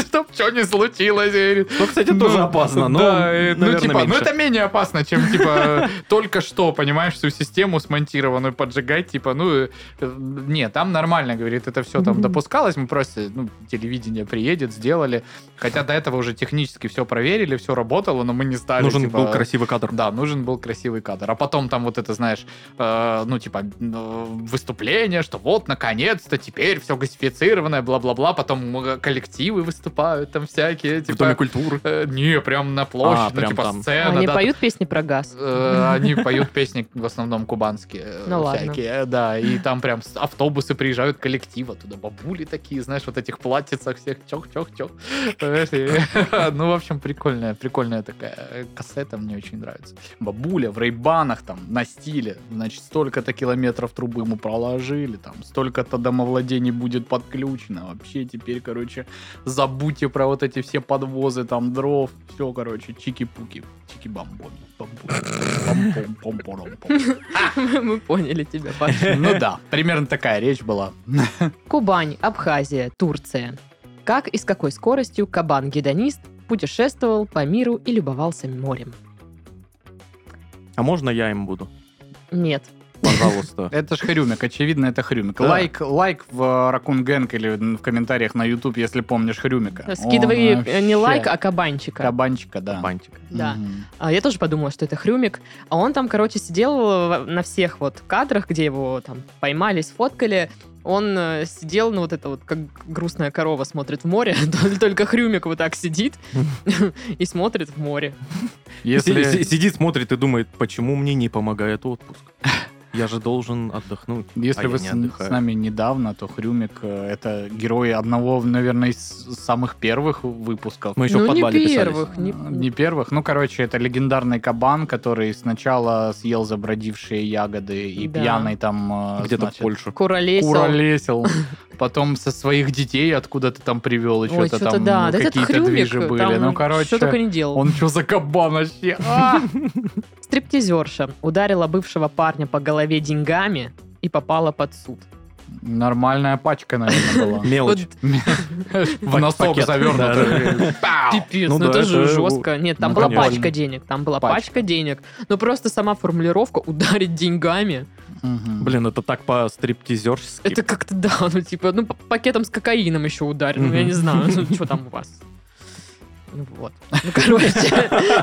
Speaker 3: Чтоб что не случилось. Я говорю,
Speaker 2: Ну, кстати, тоже
Speaker 3: ну,
Speaker 2: опасно, но,
Speaker 3: да, э, ну,
Speaker 2: наверное,
Speaker 3: типа, ну,
Speaker 2: меньше.
Speaker 3: это менее опасно, чем, типа, только что, понимаешь, всю систему смонтированную поджигать, типа, ну, э, э, не, там нормально, говорит, это все там
Speaker 1: Мгм.
Speaker 3: допускалось, мы просто, ну, телевидение приедет, сделали, хотя до этого уже технически все проверили, все работало, но мы не стали,
Speaker 2: Нужен
Speaker 3: типа,
Speaker 2: был красивый кадр.
Speaker 3: да, нужен был красивый кадр. А потом там вот это, знаешь, э, ну, типа, э, выступление, что вот, наконец-то, теперь все газифицированное, бла-бла-бла. Потом э, коллективы выступают там всякие,
Speaker 2: В
Speaker 3: типа...
Speaker 2: Доме культуры.
Speaker 3: Э, не, прям на площадь,
Speaker 2: А,
Speaker 3: ну,
Speaker 2: прям
Speaker 3: типа
Speaker 2: там.
Speaker 3: сцена.
Speaker 1: Они
Speaker 3: да,
Speaker 1: поют песни про газ.
Speaker 3: Э, Они поют песни в основном кубанские. э,
Speaker 1: Ну ладно.
Speaker 3: всякие, Да, и там прям с- автобусы приезжают коллектива туда. Бабули такие, знаешь, вот этих платьицах всех. Чок-чок-чок. Ну, в общем, прикольная, прикольная такая э, кассета мне очень нравится. Бабуля в рейбанах там на стиле. Значит, столько-то километров трубы ему проложили, там столько-то домовладений будет подключено. Вообще теперь, короче, забудьте про вот эти все подвозы, там, дров, все, короче, чики-пуки, чики-бамбон.
Speaker 1: Мы поняли тебя, Паша.
Speaker 3: Ну да, примерно такая речь была.
Speaker 1: Кубань, Абхазия, Турция. Как и с какой скоростью кабан-гедонист путешествовал по миру и любовался морем?
Speaker 2: А можно я им буду?
Speaker 1: Нет.
Speaker 2: Пожалуйста.
Speaker 3: Это ж Хрюмик, очевидно, это Хрюмик.
Speaker 2: Да.
Speaker 3: Лайк, лайк в Ракун Гэнг или в комментариях на YouTube, если помнишь Хрюмика.
Speaker 1: Скидывай
Speaker 3: Он
Speaker 1: э, не
Speaker 3: вообще
Speaker 1: лайк, а кабанчика.
Speaker 3: Кабанчика, да.
Speaker 2: Бантик.
Speaker 1: Да.
Speaker 3: Мгм.
Speaker 1: А я тоже подумала, что это Хрюмик. А он там, короче, сидел в- на всех вот кадрах, где его там поймали, сфоткали. Он э, сидел, ну вот это вот, как грустная корова смотрит в море. Тол- Только Хрюмик вот так сидит и смотрит в море.
Speaker 2: Си- си-
Speaker 3: Если,
Speaker 2: Сидит, смотрит и думает, почему мне не помогает отпуск? Я же должен отдохнуть.
Speaker 3: если
Speaker 2: а
Speaker 3: вы
Speaker 2: я не
Speaker 3: с,
Speaker 2: отдыхаю.
Speaker 3: с нами недавно, то Хрюмик э, это герой одного, наверное, из самых первых выпусков.
Speaker 2: Мы еще
Speaker 1: Ну,
Speaker 2: в
Speaker 1: не
Speaker 2: подвале писались.
Speaker 1: первых.
Speaker 3: Не,
Speaker 1: Не-
Speaker 3: первых. Ну, короче, это легендарный кабан, который сначала съел забродившие ягоды и
Speaker 1: Да.
Speaker 3: пьяный там... э,
Speaker 2: Где-то в
Speaker 3: значит,
Speaker 2: Польше.
Speaker 1: Куролесил.
Speaker 3: куролесил. Потом со своих детей откуда-то там привел, и
Speaker 1: Ой,
Speaker 3: что-то
Speaker 1: что-то
Speaker 3: там
Speaker 1: да,
Speaker 3: ну,
Speaker 1: да этот
Speaker 3: какие-то
Speaker 1: Хрюмик
Speaker 3: движи были.
Speaker 1: там
Speaker 3: Ну, короче,
Speaker 1: что только не делал.
Speaker 3: он что за кабан вообще? А!
Speaker 1: Стриптизерша ударила бывшего парня по голове деньгами и попала под суд.
Speaker 3: Нормальная пачка, наверное, была.
Speaker 2: Мелочь.
Speaker 3: В носок
Speaker 2: Пакет.
Speaker 3: завернута. Пау!
Speaker 1: Пипец,
Speaker 2: Ну
Speaker 1: ну,
Speaker 2: да,
Speaker 1: это же
Speaker 2: это,
Speaker 1: жестко. Нет, там
Speaker 3: ну,
Speaker 1: была
Speaker 2: конечно.
Speaker 1: пачка денег, там была
Speaker 3: Пачка.
Speaker 1: пачка. денег. Но просто сама формулировка «ударить деньгами»
Speaker 3: Мгм.
Speaker 2: Блин, это так по стриптизерски.
Speaker 1: это как-то да, ну типа, ну п- пакетом с кокаином еще ударил, ну я не
Speaker 2: Мгм.
Speaker 1: знаю, ну что там у вас. Ну вот. Ну короче,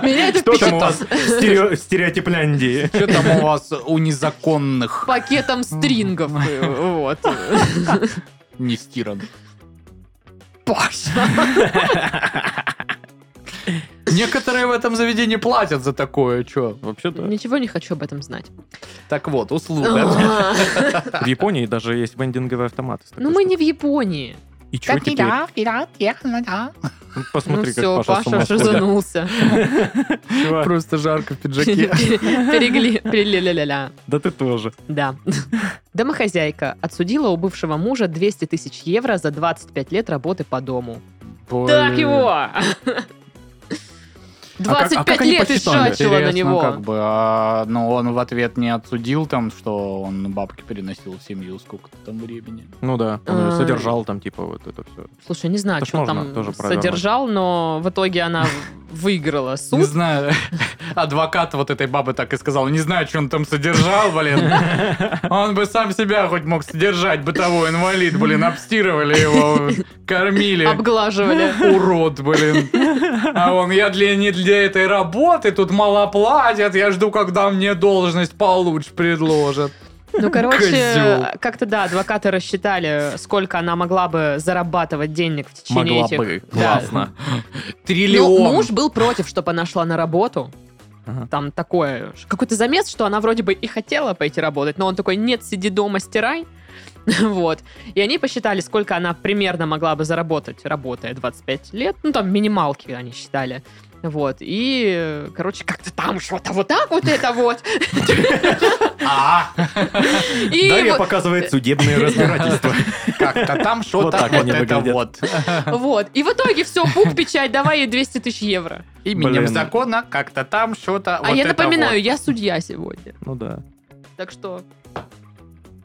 Speaker 1: меня это
Speaker 2: Что там у
Speaker 1: впечатлило.
Speaker 2: вас в стере- стереотипляндии?
Speaker 3: Что там у вас у незаконных
Speaker 1: Пакетом стрингов. э, Вот.
Speaker 3: не стиран?
Speaker 1: Паша.
Speaker 3: Некоторые в этом заведении платят за такое, что?
Speaker 2: Вообще-то
Speaker 1: Ничего не хочу об этом знать.
Speaker 3: Так вот, услуга. Типа
Speaker 1: Ну
Speaker 2: в Японии даже есть вендинговые автоматы. с такой
Speaker 1: мы
Speaker 2: штукой.
Speaker 1: не в Японии.
Speaker 2: И чё теперь? Ну,
Speaker 1: Ну
Speaker 2: Посмотри,
Speaker 1: все,
Speaker 2: как Паша
Speaker 1: Паша
Speaker 2: сумасшедший.
Speaker 1: шизанулся.
Speaker 2: Чувак,
Speaker 3: Просто жарко в пиджаке.
Speaker 1: Перегли... переля-ля-ля-ля.
Speaker 2: Да ты тоже.
Speaker 1: Да. Домохозяйка отсудила у бывшего мужа 200 тысяч евро за 25 лет работы по дому. Так
Speaker 3: Блин.
Speaker 1: его!
Speaker 3: А
Speaker 1: 25 лет и шачила на
Speaker 3: Интересно,
Speaker 1: него.
Speaker 3: как бы, а, но он в ответ не отсудил там, что он бабки переносил в семью сколько-то там времени.
Speaker 2: Ну да, он её
Speaker 1: А.
Speaker 2: содержал там, типа, вот это все.
Speaker 1: Слушай, не знаю,
Speaker 2: Это ж
Speaker 1: что он
Speaker 2: можно
Speaker 1: там
Speaker 2: тоже провернуть.
Speaker 1: содержал, но в итоге она выиграла
Speaker 3: Не
Speaker 1: суд.
Speaker 3: знаю, адвокат вот этой бабы так и сказал, не знаю, что он там содержал, блин. Он бы сам себя хоть мог содержать, бытовой инвалид, блин, обстирывали его, кормили.
Speaker 1: Обглаживали.
Speaker 3: Урод, блин. А он, я для, не для этой работы, тут мало платят, я жду, когда мне должность получше предложат.
Speaker 1: Ну,
Speaker 3: Козёл.
Speaker 1: короче, как-то да, адвокаты рассчитали, сколько она могла бы зарабатывать денег в течение
Speaker 2: Могла
Speaker 1: этих...
Speaker 2: бы.
Speaker 1: Да.
Speaker 2: Классно.
Speaker 3: Триллион.
Speaker 1: Ну, муж был против, чтобы она шла на работу.
Speaker 2: Ага.
Speaker 1: Там такое, ш- какой-то замес, что она вроде бы и хотела пойти работать, но он такой, нет, сиди дома, стирай. Вот. И они посчитали, сколько она примерно могла бы заработать, работая 25 лет. Ну, там минималки они считали. Вот. И, э, короче, как-то там что-то вот так вот это вот.
Speaker 3: А,
Speaker 1: И
Speaker 2: Дарья
Speaker 1: вот-
Speaker 2: показывает судебные разбирательства.
Speaker 3: как-то там что-то
Speaker 2: Вот так
Speaker 3: вот
Speaker 2: они
Speaker 3: это
Speaker 2: выглядят.
Speaker 3: вот.
Speaker 1: вот. И в итоге все, пук, печать, давай ей 200 тысяч евро.
Speaker 3: именем
Speaker 2: Блин.
Speaker 3: закона как-то там что-то.
Speaker 1: А я напоминаю, я судья сегодня.
Speaker 2: Ну да.
Speaker 1: Так что...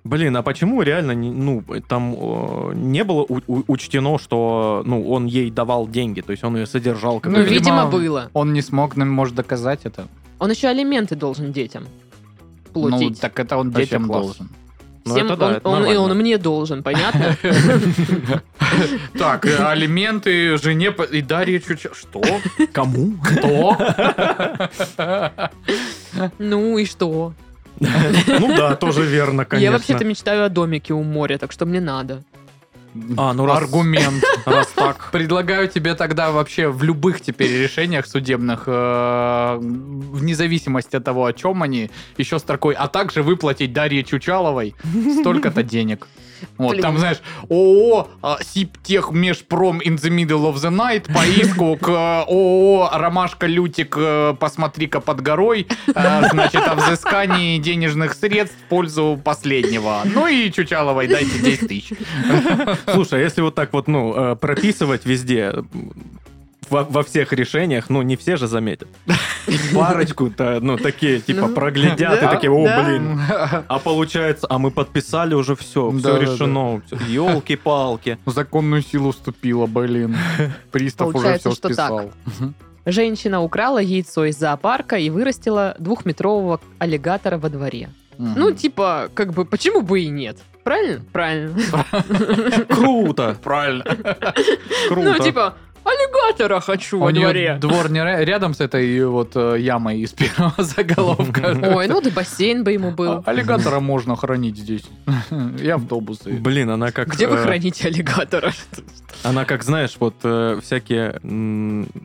Speaker 2: Блин, а почему реально, не- ну, там э, не было у- у- учтено, что, ну, он ей давал деньги, то есть он ее содержал как
Speaker 3: Ну,
Speaker 1: Ну,
Speaker 2: бы.
Speaker 1: видимо,
Speaker 3: видимо,
Speaker 1: было.
Speaker 3: Он не смог, нам может доказать это.
Speaker 1: Он еще алименты должен детям
Speaker 3: Ну,
Speaker 1: платить.
Speaker 3: так это он
Speaker 2: Вообще
Speaker 3: детям
Speaker 2: класс.
Speaker 3: должен.
Speaker 2: ну,
Speaker 1: Всем
Speaker 2: это да,
Speaker 1: он-
Speaker 2: это
Speaker 1: он- и он
Speaker 2: нормально.
Speaker 1: мне должен, понятно?
Speaker 3: Так, э, алименты жене и Дарье Чуча... Что?
Speaker 2: Кому?
Speaker 3: Кто?
Speaker 1: Ну и что?
Speaker 2: Ну да, тоже верно, конечно.
Speaker 1: Я вообще-то мечтаю о домике у моря, так что мне надо.
Speaker 2: А, ну раз-
Speaker 3: Аргумент.
Speaker 2: Раз так.
Speaker 3: Предлагаю тебе тогда вообще в любых теперь решениях судебных, э, вне зависимости от того, о чем они, еще строкой, а также выплатить Дарье Чучаловой столько-то денег. Вот,
Speaker 1: Блин.
Speaker 3: там, знаешь, ООО а, Сиптех Межпром in the middle of the night по иску к э, ООО Ромашка Лютик э, посмотри-ка под горой, э, значит, о взыскании денежных средств в пользу последнего. Ну и Чучаловой дайте 10 тысяч.
Speaker 2: Слушай, а если вот так вот, ну, э, прописывать везде, м, во, во всех решениях, ну, не все же заметят. Парочку-то, ну, такие, типа,
Speaker 1: Ну,
Speaker 2: проглядят и
Speaker 1: да,
Speaker 2: такие, о,
Speaker 1: да.
Speaker 2: блин. А получается, а мы подписали уже все, все
Speaker 3: Да, да,
Speaker 2: решено. Елки-палки.
Speaker 3: В законную силу вступила, блин. Пристав уже
Speaker 1: Получается,
Speaker 3: все
Speaker 1: что так.
Speaker 3: списал.
Speaker 1: Женщина украла яйцо из зоопарка и вырастила двухметрового аллигатора во дворе. Ну, типа, как бы, почему бы и нет? Правильно? Правильно.
Speaker 2: Круто,
Speaker 3: правильно.
Speaker 2: круто.
Speaker 1: Ну, типа, аллигатора хочу
Speaker 3: У
Speaker 1: во
Speaker 3: нее
Speaker 1: дворе.
Speaker 3: двор не ря- рядом с этой вот э, ямой из первого заголовка.
Speaker 1: Ой, ну да бассейн бы ему
Speaker 3: А-
Speaker 1: был.
Speaker 3: Аллигатора можно хранить здесь. И автобусы.
Speaker 2: Блин, она как...
Speaker 1: Где вы
Speaker 2: э,
Speaker 1: храните аллигатора?
Speaker 2: Она как, знаешь, вот э, всякие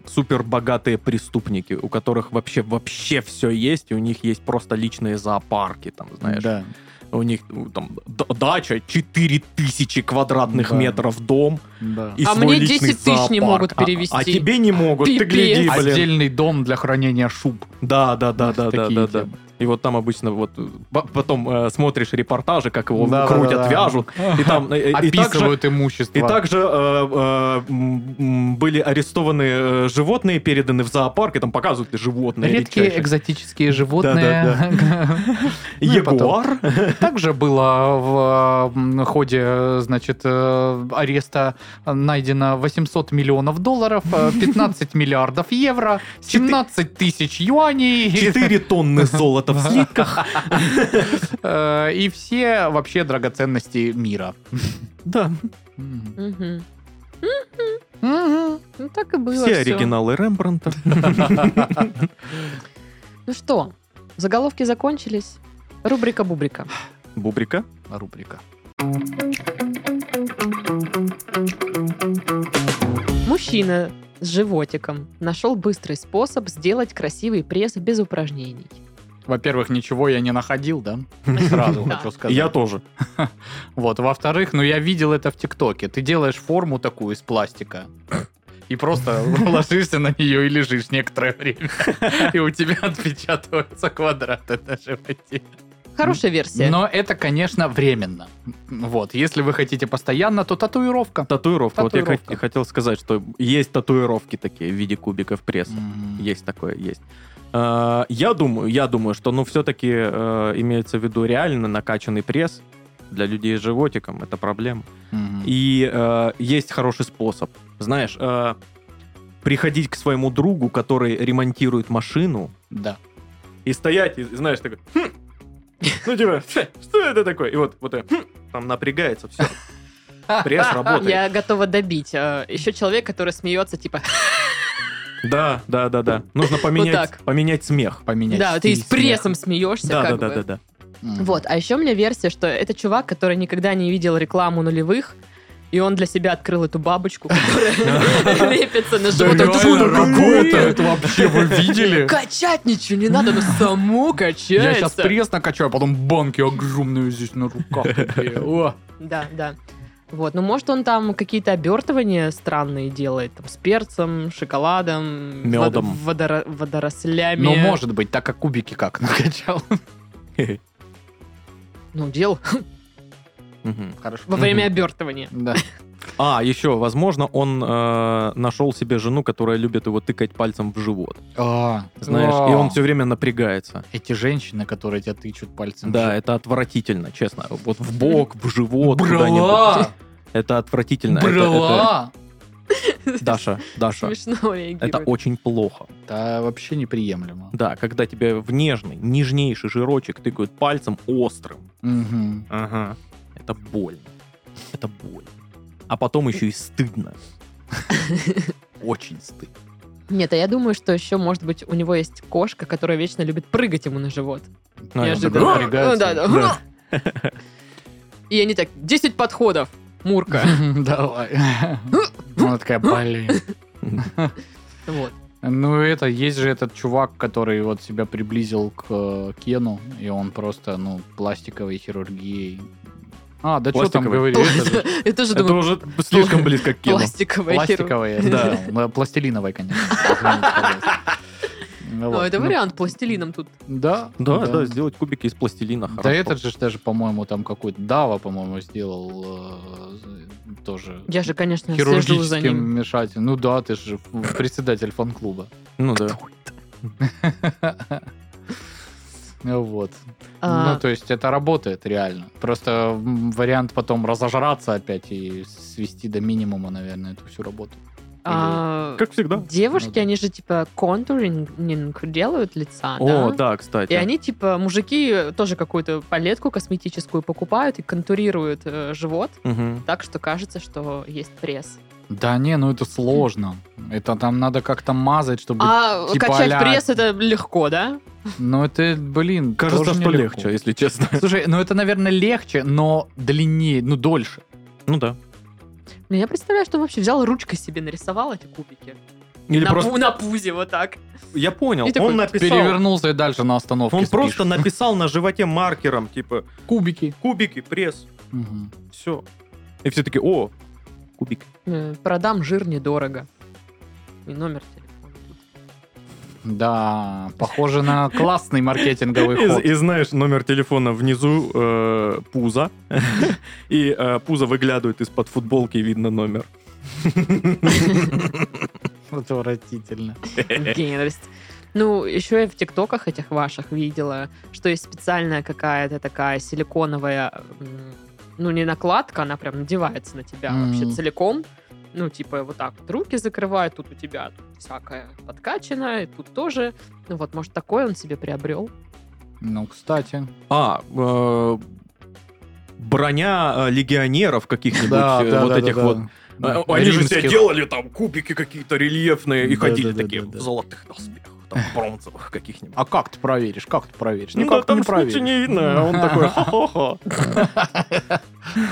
Speaker 2: супер богатые преступники, у которых вообще вообще все есть, и у них есть просто личные зоопарки, там, знаешь.
Speaker 3: Да.
Speaker 2: У них ну, там д- дача 4000 квадратных
Speaker 3: Да.
Speaker 2: метров дом
Speaker 3: Да.
Speaker 2: и
Speaker 1: А
Speaker 2: свой
Speaker 1: мне 10
Speaker 2: личный
Speaker 1: тысяч не
Speaker 2: зоопарк.
Speaker 1: могут
Speaker 2: А-
Speaker 1: перевести.
Speaker 2: А, тебе не могут, ты
Speaker 1: Пипец.
Speaker 2: гляди, блин.
Speaker 3: Отдельный дом для хранения шуб.
Speaker 2: Да, да, да, да, да,
Speaker 3: Такие
Speaker 2: да, да.
Speaker 3: темы.
Speaker 2: И вот там обычно вот э, по- потом э, смотришь репортажи, как его
Speaker 3: Да, да,
Speaker 2: крутят,
Speaker 3: да.
Speaker 2: вяжут, и там э, э, и также-
Speaker 3: Описывают имущество.
Speaker 2: И также э, э, м, м, были арестованы э, животные, переданы в зоопарк, и там показывают ли животные.
Speaker 3: Редкие
Speaker 2: редчайшие.
Speaker 3: экзотические животные. Ну и
Speaker 2: Ягуар.
Speaker 3: Также было в э, м, ходе, э, значит, э, ареста найдено 800 миллионов долларов, э, 15 миллиардов евро, 17 тысяч юаней.
Speaker 2: 4 тонны золота в слитках.
Speaker 3: Э, И все вообще драгоценности мира.
Speaker 2: Да,
Speaker 3: Мгм.
Speaker 1: Мгм.
Speaker 3: Мгм.
Speaker 1: Ну так и было
Speaker 2: все
Speaker 1: всё.
Speaker 2: оригиналы Рембрандта.
Speaker 1: Ну что, заголовки закончились. Рубрика Бубрика.
Speaker 2: Бубрика.
Speaker 3: Рубрика.
Speaker 1: Мужчина с животиком нашел быстрый способ сделать красивый пресс без упражнений.
Speaker 3: Во-первых, ничего я не находил, да? Сразу
Speaker 1: Да.
Speaker 3: хочу сказать.
Speaker 2: Я тоже.
Speaker 3: Вот, во-вторых, ну я видел это в ТикТоке. Ты делаешь форму такую из пластика. И просто ложишься на нее и лежишь некоторое время. И у тебя отпечатываются квадраты на животе.
Speaker 1: Хорошая версия.
Speaker 3: Но это, конечно, временно. Вот, если вы хотите постоянно, то татуировка.
Speaker 2: Татуировка. Вот я хот-
Speaker 3: Татуировка.
Speaker 2: хотел сказать, что есть татуировки такие в виде кубиков пресса. Есть такое, есть. Э, Я думаю, я думаю, что, ну, все-таки имеется в виду реально накачанный пресс для людей с животиком. Это проблема.
Speaker 3: Мгм.
Speaker 2: И э, есть хороший способ. Знаешь, э, приходить к своему другу, который ремонтирует машину,
Speaker 3: Да.
Speaker 2: и стоять, и, знаешь, такой... «Хм». Ну, типа, «Хе, что это такое? И вот, вот это, «Хм», там напрягается все. Пресс работает.
Speaker 1: А, Я готова добить. э, Еще человек, который смеется, типа,
Speaker 2: Да, да, да, да. Нужно поменять,
Speaker 1: так.
Speaker 2: поменять смех.
Speaker 3: Поменять
Speaker 1: да, ты и с
Speaker 3: стиль смеха.
Speaker 1: прессом смеешься,
Speaker 2: Да, да,
Speaker 1: как
Speaker 2: да,
Speaker 1: бы.
Speaker 2: да, да.
Speaker 3: Мгм.
Speaker 1: Вот, а еще у меня версия, что это чувак, который никогда не видел рекламу нулевых, и он для себя открыл эту бабочку, которая лепится на живот. Он такой,
Speaker 3: реально,
Speaker 1: «Блин,
Speaker 3: какое-то? Это вообще вы видели?
Speaker 1: Качать ничего не надо, но само
Speaker 3: Я сейчас
Speaker 1: качается.
Speaker 3: пресс накачаю, а потом банки огромные здесь на руках. такие. О.
Speaker 1: Да, да. Вот, ну может он там какие-то обертывания странные делает, там с перцем, шоколадом,
Speaker 2: Мёдом.
Speaker 1: вод- водоро- водорослями.
Speaker 3: Ну, может быть, так как кубики как накачал.
Speaker 1: Ну, делал
Speaker 2: Мгм.
Speaker 3: Хорошо.
Speaker 1: Ну, во время
Speaker 2: Мгм.
Speaker 1: обертывания.
Speaker 3: Да.
Speaker 2: А, еще, возможно, он э, нашел себе жену, которая любит его тыкать пальцем в живот.
Speaker 3: А,
Speaker 2: Знаешь, и он все время напрягается.
Speaker 3: Эти женщины, которые тебя тычут пальцем.
Speaker 2: Да, это отвратительно, честно. Вот в бок, в живот, куда-нибудь.
Speaker 3: Брала!
Speaker 2: Это отвратительно. Это-
Speaker 3: Брала!
Speaker 2: это- Даша, Даша,
Speaker 1: Смешно
Speaker 2: это
Speaker 1: реагирует.
Speaker 2: очень плохо.
Speaker 3: Да, вообще неприемлемо.
Speaker 2: Да, когда тебе в нежный, нежнейший жирочек тыкают пальцем острым.
Speaker 3: Мгм.
Speaker 2: Ага. Это больно. Это больно. А потом еще и стыдно. Очень стыдно.
Speaker 1: Нет, а я думаю, что еще, может быть, у него есть кошка, которая вечно любит прыгать ему на живот. Неожиданно.
Speaker 3: да,
Speaker 1: «Га!»
Speaker 3: напрягается.
Speaker 1: Ну, да, да.
Speaker 2: Да.
Speaker 1: И они так, 10 подходов, Мурка.
Speaker 3: Давай. Она такая, блин.
Speaker 1: Вот.
Speaker 3: Ну, это, есть же этот чувак, который вот себя приблизил к э, Кену, и он просто, ну, пластиковой хирургией. А, да что там
Speaker 2: Пластиковой.
Speaker 3: говорили? Это же
Speaker 1: Это же,
Speaker 2: Это
Speaker 1: думаю,
Speaker 2: уже слишком близко к кино.
Speaker 1: пластиковая херня.
Speaker 3: Пластиковой, да. Ну, Пластилиновой, конечно. извините, пожалуйста. Ну,
Speaker 1: Ну,
Speaker 3: вот.
Speaker 1: это
Speaker 3: Ну,
Speaker 1: вариант пластилином тут.
Speaker 3: Да,
Speaker 2: Да, да, сделать кубики из пластилина.
Speaker 3: Да
Speaker 2: хорошо.
Speaker 3: этот же ж даже, по-моему, там какой-то Дава, по-моему, сделал э, тоже
Speaker 1: Я же, конечно, слежу за
Speaker 3: хирургическим
Speaker 1: ним.
Speaker 3: вмешателем. Ну да, ты же ф- председатель фан-клуба.
Speaker 2: Ну да.
Speaker 3: Ну Вот.
Speaker 1: А,
Speaker 3: Ну, то есть это работает реально. Просто м, вариант потом разожраться опять и свести до минимума, наверное, эту всю работу.
Speaker 1: а,
Speaker 2: Как всегда.
Speaker 1: Девушки,
Speaker 3: Ну да.
Speaker 1: они же типа контуринг делают лица,
Speaker 2: О,
Speaker 1: да?
Speaker 2: да, кстати.
Speaker 1: И они типа, мужики тоже какую-то палетку косметическую покупают и контурируют э, живот,
Speaker 2: Мгм.
Speaker 1: так что кажется, что есть пресс.
Speaker 3: Да не, ну это сложно. Это там надо как-то мазать, чтобы...
Speaker 1: А
Speaker 3: типа
Speaker 1: качать
Speaker 3: а-ля-
Speaker 1: пресс это легко, да?
Speaker 3: Ну это, блин,
Speaker 2: Кажется,
Speaker 3: тоже
Speaker 2: что
Speaker 3: нелегко.
Speaker 2: легче, если честно.
Speaker 3: Слушай, ну это, наверное, легче, но длиннее, ну дольше.
Speaker 2: Ну да.
Speaker 1: Блин, Ну, я представляю, что он вообще взял ручкой себе нарисовал эти кубики.
Speaker 2: Или
Speaker 1: на,
Speaker 2: просто...
Speaker 1: пу- на пузе вот так.
Speaker 2: Я понял,
Speaker 1: И такой,
Speaker 2: он написал...
Speaker 3: Перевернулся и дальше на остановке
Speaker 2: Он
Speaker 3: спишь.
Speaker 2: просто написал на животе маркером, типа,
Speaker 3: Кубики.
Speaker 2: кубики, пресс,
Speaker 3: Мгм.
Speaker 2: все. И все таки о, кубик.
Speaker 1: Э, Продам жир недорого. И номер телефона.
Speaker 3: Да, похоже на классный маркетинговый
Speaker 2: И,
Speaker 3: ход.
Speaker 2: и знаешь, номер телефона внизу э, пузо, и э, пузо выглядывает из-под футболки, и видно номер.
Speaker 3: Отвратительно.
Speaker 1: Генерость. Ну, еще я в тиктоках этих ваших видела, что есть специальная какая-то такая силиконовая, м, ну, не накладка, она прям надевается на тебя
Speaker 3: Мгм.
Speaker 1: вообще целиком. Ну, типа, вот так вот руки закрывают, тут у тебя тут всякое подкачанное, и тут тоже. Ну вот, может, такое он себе приобрел.
Speaker 3: Ну, кстати.
Speaker 2: А, э, броня э, легионеров каких-нибудь, э, вот этих вот. Э,
Speaker 3: Да.
Speaker 2: Они же все
Speaker 3: Римских.
Speaker 2: делали там кубики какие-то рельефные и
Speaker 3: Да,
Speaker 2: ходили
Speaker 3: да, да,
Speaker 2: такие
Speaker 3: да, да.
Speaker 2: в золотых доспехах, там, бронзовых каких-нибудь.
Speaker 3: А как ты проверишь? Как ты проверишь?
Speaker 2: Ну да,
Speaker 3: Никак
Speaker 2: там
Speaker 3: не
Speaker 2: ж ничего не
Speaker 3: проверишь.
Speaker 2: видно, а он такой ха-ха-ха.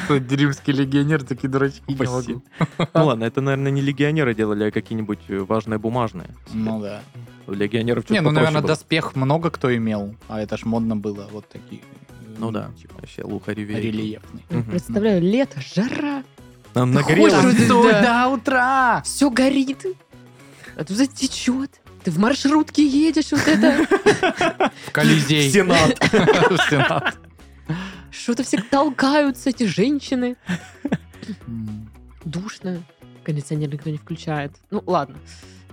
Speaker 3: Римский легионер, такие дурачки не
Speaker 2: Спасибо.
Speaker 3: могу.
Speaker 2: Ну ладно, это, наверное, не легионеры делали, а какие-нибудь э, важные бумажные.
Speaker 3: Ну да.
Speaker 2: У легионеров что-то
Speaker 3: Не, ну,
Speaker 2: попроще
Speaker 3: наверное,
Speaker 2: было.
Speaker 3: доспех много кто имел, а это ж модно было, вот такие. э,
Speaker 2: Ну да,
Speaker 3: типа,
Speaker 2: вообще лухари
Speaker 3: Рельефный.
Speaker 2: Мгм.
Speaker 1: Представляю, лето, жара,
Speaker 2: Нам
Speaker 1: Ходишь
Speaker 2: нагрелось.
Speaker 1: вот
Speaker 3: до,
Speaker 1: до-
Speaker 3: утра!
Speaker 1: все горит, а тут затечет. Ты в маршрутке едешь, вот это.
Speaker 3: В Колизей.
Speaker 2: В Сенат.
Speaker 3: В Сенат.
Speaker 1: Что-то все толкаются, эти женщины.
Speaker 3: М.
Speaker 1: душно, кондиционер никто не включает. Ну, ладно,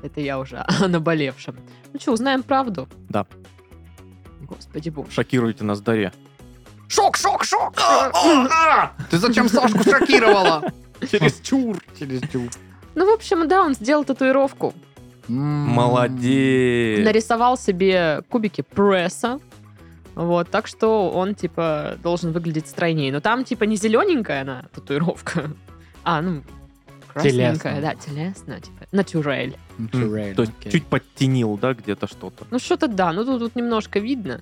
Speaker 1: это я уже о наболевшем. Ну что, узнаем правду?
Speaker 2: Да.
Speaker 1: Господи боже.
Speaker 2: Шокируйте нас, Дарья.
Speaker 3: Шок, шок, шок! А, Ты зачем Сашку шокировала?
Speaker 2: Через чур.
Speaker 3: Через тюб.
Speaker 1: Ну, в общем, да, он сделал татуировку.
Speaker 3: М-м-м.
Speaker 2: Молодец.
Speaker 1: Нарисовал себе кубики пресса. Вот, так что он, типа, должен выглядеть стройнее. Но там, типа, не зелененькая она татуировка, а, ну, красненькая,
Speaker 3: Телесная.
Speaker 1: да, телесная, типа, натюрель.
Speaker 2: М, То есть чуть подтянил, да, где-то что-то.
Speaker 1: Ну, что-то да, ну, тут, тут немножко видно.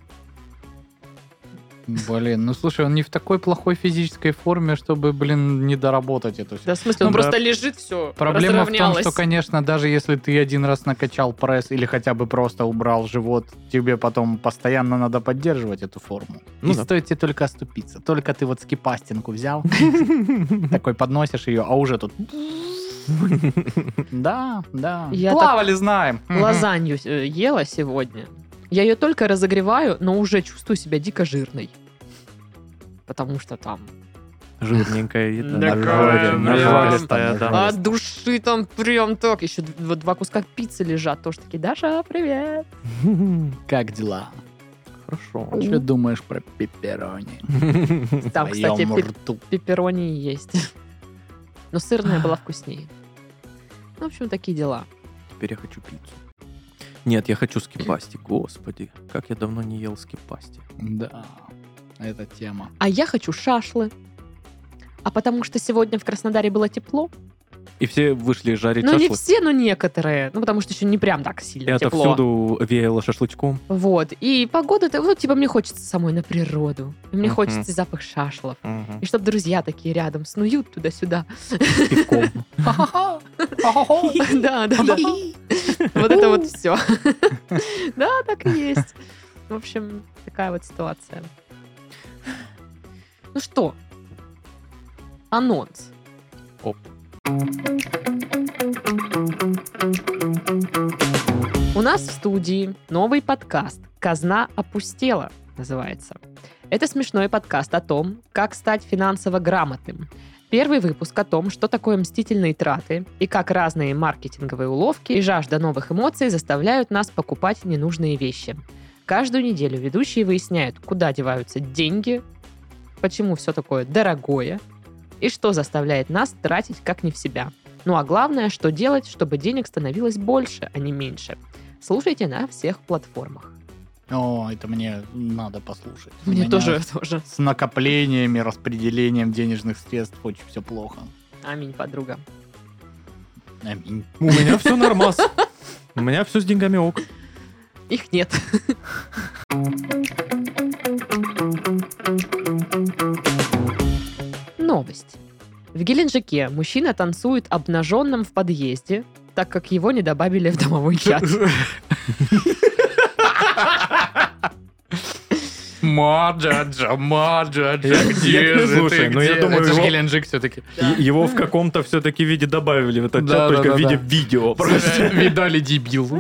Speaker 3: Блин, ну слушай, он не в такой плохой физической форме, чтобы, блин, не доработать это все.
Speaker 1: Да, в смысле, он
Speaker 2: Ну, да.
Speaker 1: просто лежит, все,
Speaker 3: Проблема в том, что, конечно, даже если ты один раз накачал пресс или хотя бы просто убрал живот, тебе потом постоянно надо поддерживать эту форму.
Speaker 2: Ну
Speaker 3: и
Speaker 2: да.
Speaker 3: стоит тебе только оступиться. Только ты вот скипастинку взял, такой подносишь ее, а уже тут... Да, да.
Speaker 1: Я
Speaker 3: Плавали, знаем.
Speaker 1: лазанью э, ела сегодня. Я ее только разогреваю, но уже чувствую себя дико жирной. Потому что там
Speaker 2: Жирненькая, видно.
Speaker 1: Такая
Speaker 2: нажористая,
Speaker 1: прям.
Speaker 2: нажористая, да.
Speaker 1: От души там прям так. Еще д- вот два куска пиццы лежат. Тоже такие, Даша, привет.
Speaker 3: Как дела?
Speaker 2: Хорошо.
Speaker 3: Что думаешь про пепперони?
Speaker 1: Там,
Speaker 3: В
Speaker 1: кстати,
Speaker 3: твоём
Speaker 1: пи-
Speaker 3: рту.
Speaker 1: пепперони есть. Но сырная была вкуснее. Ну, в общем, такие дела.
Speaker 2: Теперь я хочу пиццу. Нет, я хочу скипасти. Господи, как я давно не ел скипасти.
Speaker 3: Да, это тема.
Speaker 1: А я хочу шашлы. А потому что сегодня в Краснодаре было тепло.
Speaker 2: И все вышли жарить
Speaker 1: Ну, не
Speaker 2: шашлык.
Speaker 1: все, но некоторые. Ну, потому что еще не прям так
Speaker 2: И
Speaker 1: сильно тепло.
Speaker 2: отовсюду веяло шашлычком.
Speaker 1: Вот. И погода-то, ну, типа, мне хочется самой на природу. И Мне
Speaker 2: Мгм.
Speaker 1: хочется запах шашлов.
Speaker 2: Мгм.
Speaker 1: И чтоб друзья такие рядом снуют туда-сюда.
Speaker 2: С пивком.
Speaker 1: Да, да, да. Вот это вот все. Да, так и есть. В общем, такая вот ситуация. Ну что? Анонс.
Speaker 2: Оп.
Speaker 1: У нас в студии новый подкаст «Казна опустела» называется. Это смешной подкаст о том, как стать финансово грамотным. Первый выпуск о том, что такое мстительные траты и как разные маркетинговые уловки и жажда новых эмоций заставляют нас покупать ненужные вещи. Каждую неделю ведущие выясняют, куда деваются деньги, почему все такое дорогое и что заставляет нас тратить как не в себя. Ну а главное, что делать, чтобы денег становилось больше, а не меньше. Слушайте на всех платформах.
Speaker 3: О, это мне надо послушать. У
Speaker 1: Мне
Speaker 3: меня
Speaker 1: тоже, тоже.
Speaker 3: С накоплениями, распределением денежных средств очень все плохо.
Speaker 1: Аминь, подруга.
Speaker 3: Аминь.
Speaker 2: У меня все нормас. У меня все с деньгами ок.
Speaker 1: Их нет. Новость. В Геленджике мужчина танцует обнаженным в подъезде, так как его не добавили в домовой чат.
Speaker 3: Маджаджа, Маджаджа,
Speaker 2: где же ты,
Speaker 3: Слушай, ну я
Speaker 2: где?
Speaker 3: думаю,
Speaker 2: Это же
Speaker 3: Геленджик все-таки.
Speaker 2: Е- Его в каком-то все-таки виде добавили в этот
Speaker 3: Да,
Speaker 2: чат, только
Speaker 3: да,
Speaker 2: в
Speaker 3: да,
Speaker 2: виде
Speaker 3: да.
Speaker 2: видео. просто.
Speaker 3: Видали дебил.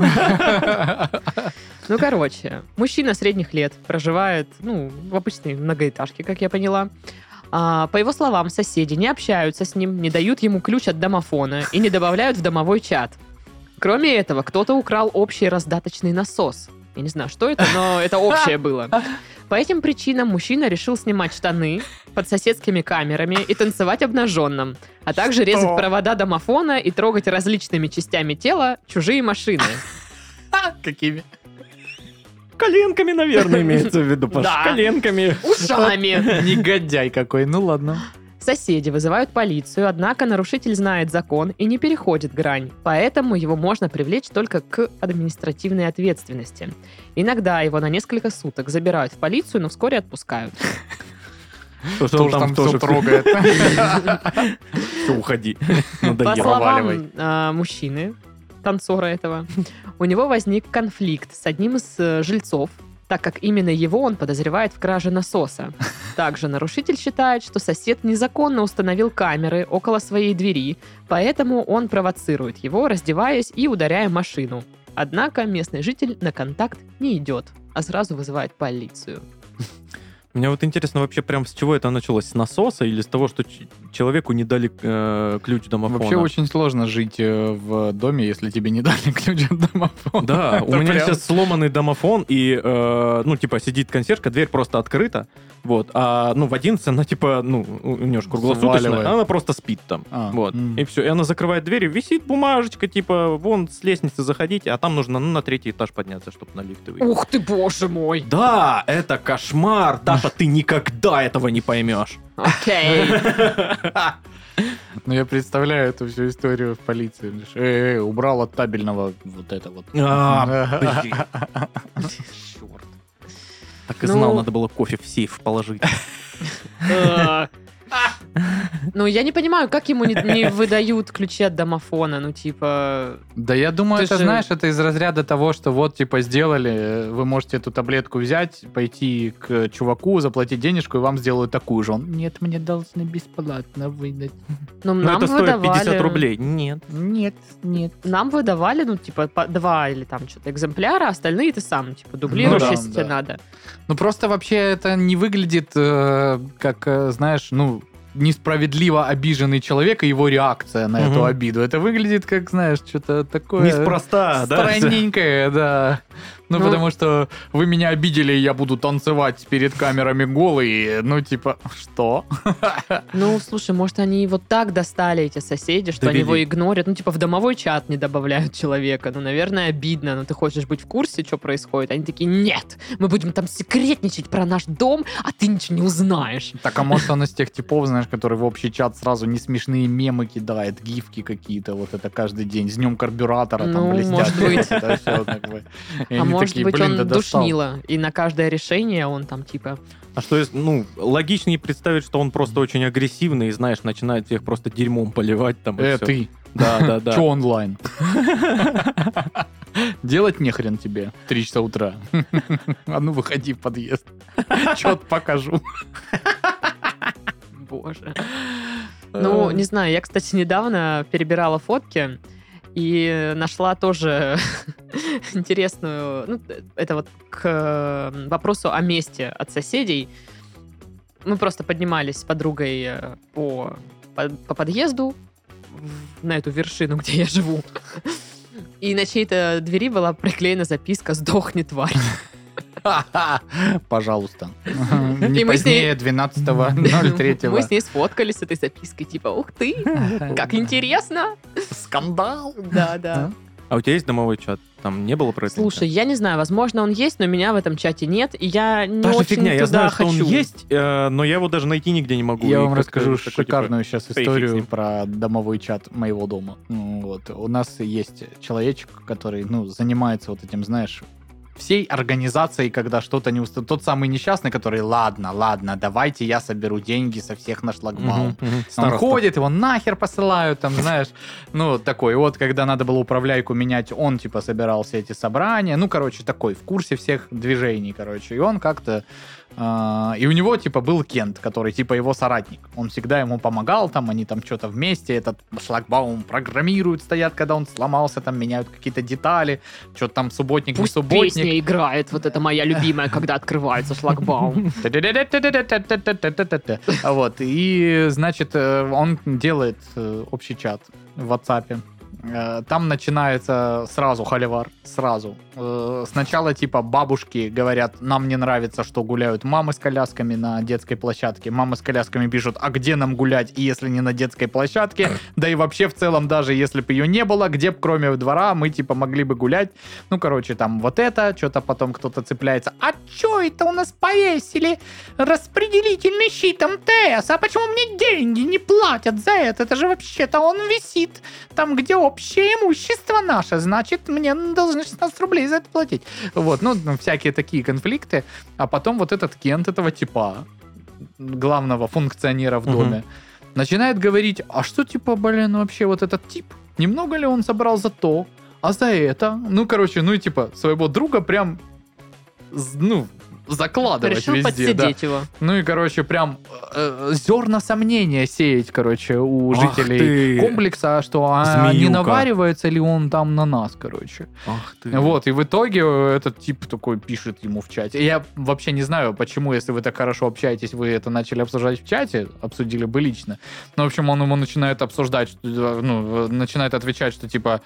Speaker 1: Ну, короче, мужчина средних лет проживает, ну, в обычной многоэтажке, как я поняла. А, по его словам, соседи не общаются с ним, не дают ему ключ от домофона и не добавляют в домовой чат. Кроме этого, кто-то украл общий раздаточный насос. Я не знаю, что это, но это общее было. По этим причинам мужчина решил снимать штаны под соседскими камерами и танцевать обнаженным, а также резать провода домофона и трогать различными частями тела чужие машины.
Speaker 3: А, Какими?
Speaker 2: Коленками, наверное, имеется в виду, Паш.
Speaker 1: Да.
Speaker 2: Коленками.
Speaker 1: Ушами!
Speaker 3: Негодяй какой, ну ладно.
Speaker 1: Соседи вызывают полицию, однако нарушитель знает закон и не переходит грань, поэтому его можно привлечь только к административной ответственности. Иногда его на несколько суток забирают в полицию, но вскоре отпускают.
Speaker 2: То, что он
Speaker 3: Тоже там все
Speaker 2: всё-
Speaker 3: трогает.
Speaker 2: Всё, уходи.
Speaker 1: По
Speaker 2: Надоело.
Speaker 1: словам э, мужчины, танцора этого, у него возник конфликт с одним из э, жильцов, так как именно его он подозревает в краже насоса. Также нарушитель считает, что сосед незаконно установил камеры около своей двери, поэтому он провоцирует его, раздеваясь и ударяя машину. Однако местный житель на контакт не идет, а сразу вызывает полицию.
Speaker 2: Мне вот интересно вообще прям с чего это началось? С насоса или с того, что ч- человеку не дали э, ключ домофона?
Speaker 3: Вообще очень сложно жить э, в доме, если тебе не дали ключ от домофона.
Speaker 2: Да, у
Speaker 3: Это
Speaker 2: меня
Speaker 3: прям-
Speaker 2: сейчас сломанный домофон, и, э, ну, типа, сидит консьержка, дверь просто открыта, вот, а, ну, в 11 она, типа, ну, у у нее же круглосуточная,
Speaker 3: Сваливает.
Speaker 2: она просто спит там,
Speaker 3: А,
Speaker 2: вот,
Speaker 3: м.
Speaker 2: и все, и она закрывает дверь, и висит бумажечка, типа, вон, с лестницы заходите, а там нужно, ну, на третий этаж подняться, чтобы на лифты выйти.
Speaker 1: Ух ты, боже мой!
Speaker 2: Да, это кошмар, Даша, ты никогда этого не поймешь.
Speaker 1: Окей.
Speaker 3: Ну, я представляю эту всю историю в полиции. Говоришь, «Эй, эй, убрал от табельного вот это вот.
Speaker 2: А, блин.
Speaker 1: Черт.
Speaker 2: Так и знал,
Speaker 1: Ну.
Speaker 2: надо было кофе в сейф положить.
Speaker 1: Ну, я не понимаю, как ему не, не выдают ключи от домофона, ну, типа...
Speaker 3: Да я думаю,
Speaker 1: Ты
Speaker 3: это,
Speaker 1: же-
Speaker 3: знаешь, это из разряда того, что вот, типа, сделали, э, вы можете эту таблетку взять, пойти к чуваку, заплатить денежку, и вам сделают такую же. Он, нет, мне должны бесплатно выдать.
Speaker 1: Ну,
Speaker 2: Но
Speaker 1: нам
Speaker 2: это стоит
Speaker 1: выдавали...
Speaker 2: 50 рублей. Нет.
Speaker 3: Нет, нет.
Speaker 1: Нам выдавали, ну, типа, по- два или там что-то экземпляра, остальные ты сам, типа, дублируешь,
Speaker 3: Ну да,
Speaker 1: если тебе
Speaker 3: да.
Speaker 1: надо.
Speaker 3: Ну, просто вообще это не выглядит, э, как, э, знаешь, ну, несправедливо обиженный человек и его реакция на
Speaker 2: Мгм.
Speaker 3: эту обиду. Это выглядит как, знаешь, что-то такое...
Speaker 2: Неспроста, да?
Speaker 3: Странненькое, да. Ну,
Speaker 1: Ну,
Speaker 3: потому что вы меня обидели, и я буду танцевать перед камерами голый. Ну, типа, что?
Speaker 1: Ну, слушай, может, они вот так достали, эти соседи, что они
Speaker 2: Довели.
Speaker 1: его игнорят. Ну, типа, в домовой чат не добавляют человека. Ну, наверное, обидно. Но ты хочешь быть в курсе, что происходит. Они такие, нет, мы будем там секретничать про наш дом, а ты ничего не узнаешь.
Speaker 3: Так, а может, он из тех типов, знаешь, который в общий чат сразу не смешные мемы кидает, гифки какие-то, вот это каждый день, с днем карбюратора там
Speaker 1: Ну,
Speaker 3: блестят.
Speaker 1: может быть.
Speaker 3: Это всё как бы. И
Speaker 1: а
Speaker 3: они
Speaker 1: может
Speaker 3: такие,
Speaker 1: быть,
Speaker 3: «Блин,
Speaker 1: он
Speaker 3: да достал».
Speaker 1: душнило. И на каждое решение он там, типа,
Speaker 2: А что, если, ну, логичнее представить, что он просто очень агрессивный и, знаешь, начинает всех просто дерьмом поливать там. и
Speaker 3: Э,
Speaker 2: всё.
Speaker 3: ты,
Speaker 2: Да, да, да.
Speaker 3: чё онлайн? Делать нехрен тебе в 3 часа утра. А ну, выходи в подъезд. Чет покажу.
Speaker 1: боже.
Speaker 2: Э,
Speaker 3: Эм.
Speaker 1: Ну, не знаю, я, кстати, недавно перебирала фотки и нашла тоже интересную... Ну, это вот к э, вопросу о месте от соседей. Мы просто поднимались с подругой э, по, по, по подъезду в- на эту вершину, где я живу. И на чьей-то двери была приклеена записка «Сдохни, тварь».
Speaker 3: Пожалуйста. Не
Speaker 1: И мы с ней-
Speaker 3: позднее 12.03.
Speaker 1: Мы с ней сфоткались с этой запиской, типа «Ух ты, как интересно!»
Speaker 3: Скандал.
Speaker 1: Да, да.
Speaker 2: А у тебя есть домовой чат? Там не было про это?
Speaker 1: Слушай, я не знаю, возможно, он есть, но меня в этом чате нет, и я не
Speaker 2: Та же
Speaker 1: очень
Speaker 2: фигня, я
Speaker 1: туда
Speaker 2: знаю,
Speaker 1: хочу.
Speaker 2: что он есть, э, но я его даже найти нигде не могу. И
Speaker 3: Я вам
Speaker 2: как-то
Speaker 3: расскажу
Speaker 2: такой, типа,
Speaker 3: шикарную сейчас
Speaker 2: фейфик с
Speaker 3: историю
Speaker 2: ним.
Speaker 3: про домовой чат моего дома. М, Вот. У нас есть человечек, который, ну, занимается вот этим, знаешь, всей организацией, когда что-то не устраивает. Тот самый несчастный, который, ладно, ладно, давайте я соберу деньги со всех на шлагбаум.
Speaker 2: Мгм, мгм.
Speaker 3: Он
Speaker 2: Староста.
Speaker 3: ходит, его нахер посылают, там, знаешь, ну, такой, вот, когда надо было управляйку менять, он, типа, собирал все эти собрания, ну, короче, такой, в курсе всех движений, короче, и он как-то, а, и у него, типа, был Кент, который, типа, его соратник, он всегда ему помогал, там, они там что-то вместе, этот шлагбаум программируют, стоят, когда он сломался, там, меняют какие-то детали, что-то там субботник, не
Speaker 1: Пусть
Speaker 3: субботник,
Speaker 1: песня играет, вот это моя любимая, когда открывается шлагбаум.
Speaker 3: Та-та-та-та-та-та-та-та-та-та-та. А Вот, и, значит, э, он делает э, общий чат в WhatsApp. Э, Там начинается сразу холивар, сразу. Э, Сначала, типа, бабушки говорят, нам не нравится, что гуляют мамы с колясками на детской площадке. Мамы с колясками пишут, а где нам гулять, если не на детской площадке? Да и вообще, в целом, даже если бы ее не было, где б кроме двора мы, типа, могли бы гулять? Ну, короче, там вот это, что-то потом кто-то цепляется. А чё это у нас повесили распределительный щит МТС? А почему мне деньги не платят за это? Это же вообще-то он висит там, где общее имущество наше. Значит, мне должны 16 рублей за это платить. Вот, ну, ну, всякие такие конфликты. А потом вот этот Кент этого типа, главного функционера в
Speaker 2: Мгм.
Speaker 3: доме, начинает говорить, а что, типа, блин, вообще вот этот тип? Немного ли он собрал за то, а за это? Ну, короче, ну и типа своего друга прям, з- ну, закладывать
Speaker 1: Решил
Speaker 3: везде, да.
Speaker 1: подсидеть его.
Speaker 3: Ну и, короче, прям э, э, зерна сомнения сеять, короче, у
Speaker 2: Ах
Speaker 3: жителей
Speaker 2: ты,
Speaker 3: комплекса, что а, не
Speaker 2: змеюка.
Speaker 3: наваривается ли он там на нас, короче.
Speaker 2: Ах ты.
Speaker 3: Вот, и в итоге э, этот тип такой пишет ему в чате. Я вообще не знаю, почему, если вы так хорошо общаетесь, вы это начали обсуждать в чате, обсудили бы лично. Ну, в общем, он ему начинает обсуждать, что, э, ну, э, начинает отвечать, что типа...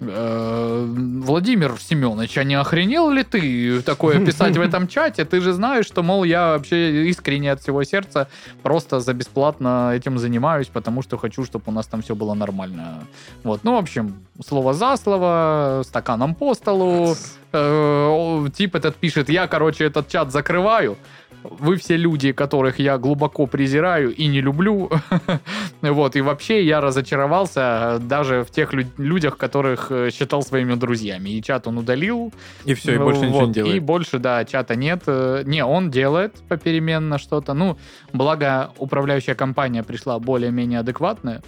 Speaker 3: «Э, Владимир Семенович, а не охренел ли ты такое писать в этом чате? Ты же знаешь, что, мол, я вообще искренне от всего сердца просто за бесплатно этим занимаюсь, потому что хочу, чтобы у нас там все было нормально. Вот, ну, в общем, слово за слово, стаканом по столу. Э, о, Тип этот пишет, я, короче, этот чат закрываю. Вы все люди, которых я глубоко презираю и не люблю. Вот, и вообще я разочаровался э, даже в тех лю- людях, которых э, считал своими друзьями. И чат он удалил,
Speaker 2: И все, и
Speaker 3: ну,
Speaker 2: больше ничего
Speaker 3: вот,
Speaker 2: не
Speaker 3: И
Speaker 2: делает.
Speaker 3: больше, да, чата нет. Э, Не, он делает попеременно что-то. Ну, благо, управляющая компания пришла более-менее адекватная.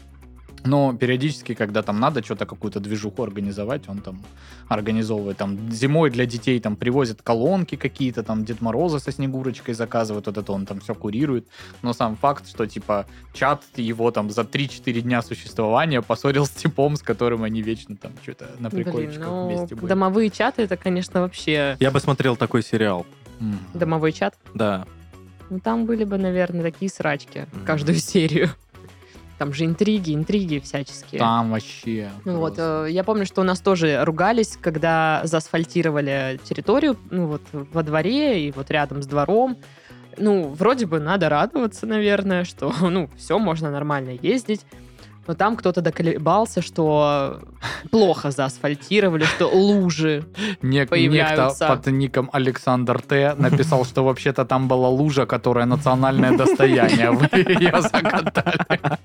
Speaker 3: Но периодически, когда там надо что-то, какую-то движуху организовать, он там организовывает. Там зимой для детей там привозят колонки какие-то, там Дед Мороза со Снегурочкой заказывают, вот это он там все курирует. Но сам факт, что типа чат его там за 3-4 дня существования поссорил с типом, с которым они вечно там что-то
Speaker 2: А
Speaker 3: на
Speaker 1: Блин,
Speaker 3: прикольчиках
Speaker 1: ну,
Speaker 3: вместе были.
Speaker 1: домовые чаты, это, конечно, вообще
Speaker 2: Я посмотрел такой сериал.
Speaker 3: Мгм.
Speaker 1: домовой чат.
Speaker 2: Да.
Speaker 1: Ну, там были бы, наверное, такие срачки
Speaker 2: Мгм.
Speaker 1: каждую серию. Там же интриги, интриги всяческие.
Speaker 3: Там вообще.
Speaker 1: Ну Вот,
Speaker 3: просто.
Speaker 1: э, я помню, что у нас тоже ругались, когда заасфальтировали территорию, ну вот во дворе и вот рядом с двором. Ну, вроде бы надо радоваться, наверное, что, ну, все, можно нормально ездить. Но там кто-то доколебался, что плохо заасфальтировали, что лужи.
Speaker 3: Нек- некто
Speaker 1: э, появляются.
Speaker 3: под ником Александр Т. написал, что вообще-то там была лужа, которая национальное достояние. Вы ее закатали.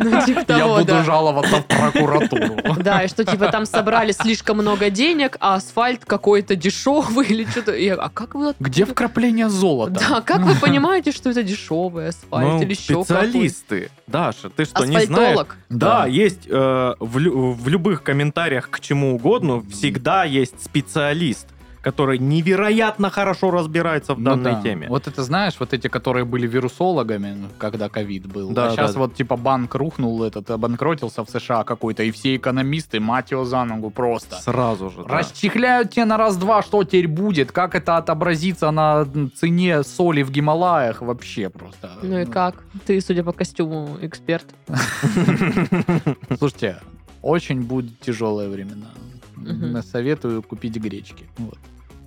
Speaker 1: Ну, типа
Speaker 3: Я
Speaker 1: того,
Speaker 3: буду
Speaker 1: да.
Speaker 3: жаловаться в прокуратуру.
Speaker 1: Да, и что типа там собрали слишком много денег, а асфальт какой-то дешевый или что-то. Я, А как вы
Speaker 3: Где вкрапление золота?
Speaker 1: Да, как вы понимаете, что это дешевый асфальт
Speaker 2: Ну,
Speaker 1: или еще
Speaker 2: специалисты. Даша, ты что,
Speaker 1: какой?
Speaker 2: не знаешь?
Speaker 1: Асфальтолог.
Speaker 2: Да,
Speaker 3: Да.
Speaker 2: есть э, в, лю- в любых комментариях к чему угодно всегда есть специалист, который невероятно хорошо разбирается в
Speaker 3: Ну
Speaker 2: данной
Speaker 3: да.
Speaker 2: теме.
Speaker 3: Вот это знаешь, вот эти, которые были вирусологами, ну, когда ковид был.
Speaker 2: Да,
Speaker 3: а сейчас
Speaker 2: да.
Speaker 3: вот типа банк рухнул этот, обанкротился в США какой-то, и все экономисты, мать его за ногу просто.
Speaker 2: Сразу же. да.
Speaker 3: Расчехляют тебе на раз-два, что теперь будет, как это отобразится на цене соли в Гималаях вообще просто.
Speaker 1: Ну и как? Ты, судя по костюму, эксперт.
Speaker 3: Ну, Слушайте, очень будут тяжелые времена.
Speaker 1: Мгм.
Speaker 3: М, Советую купить гречки. Вот.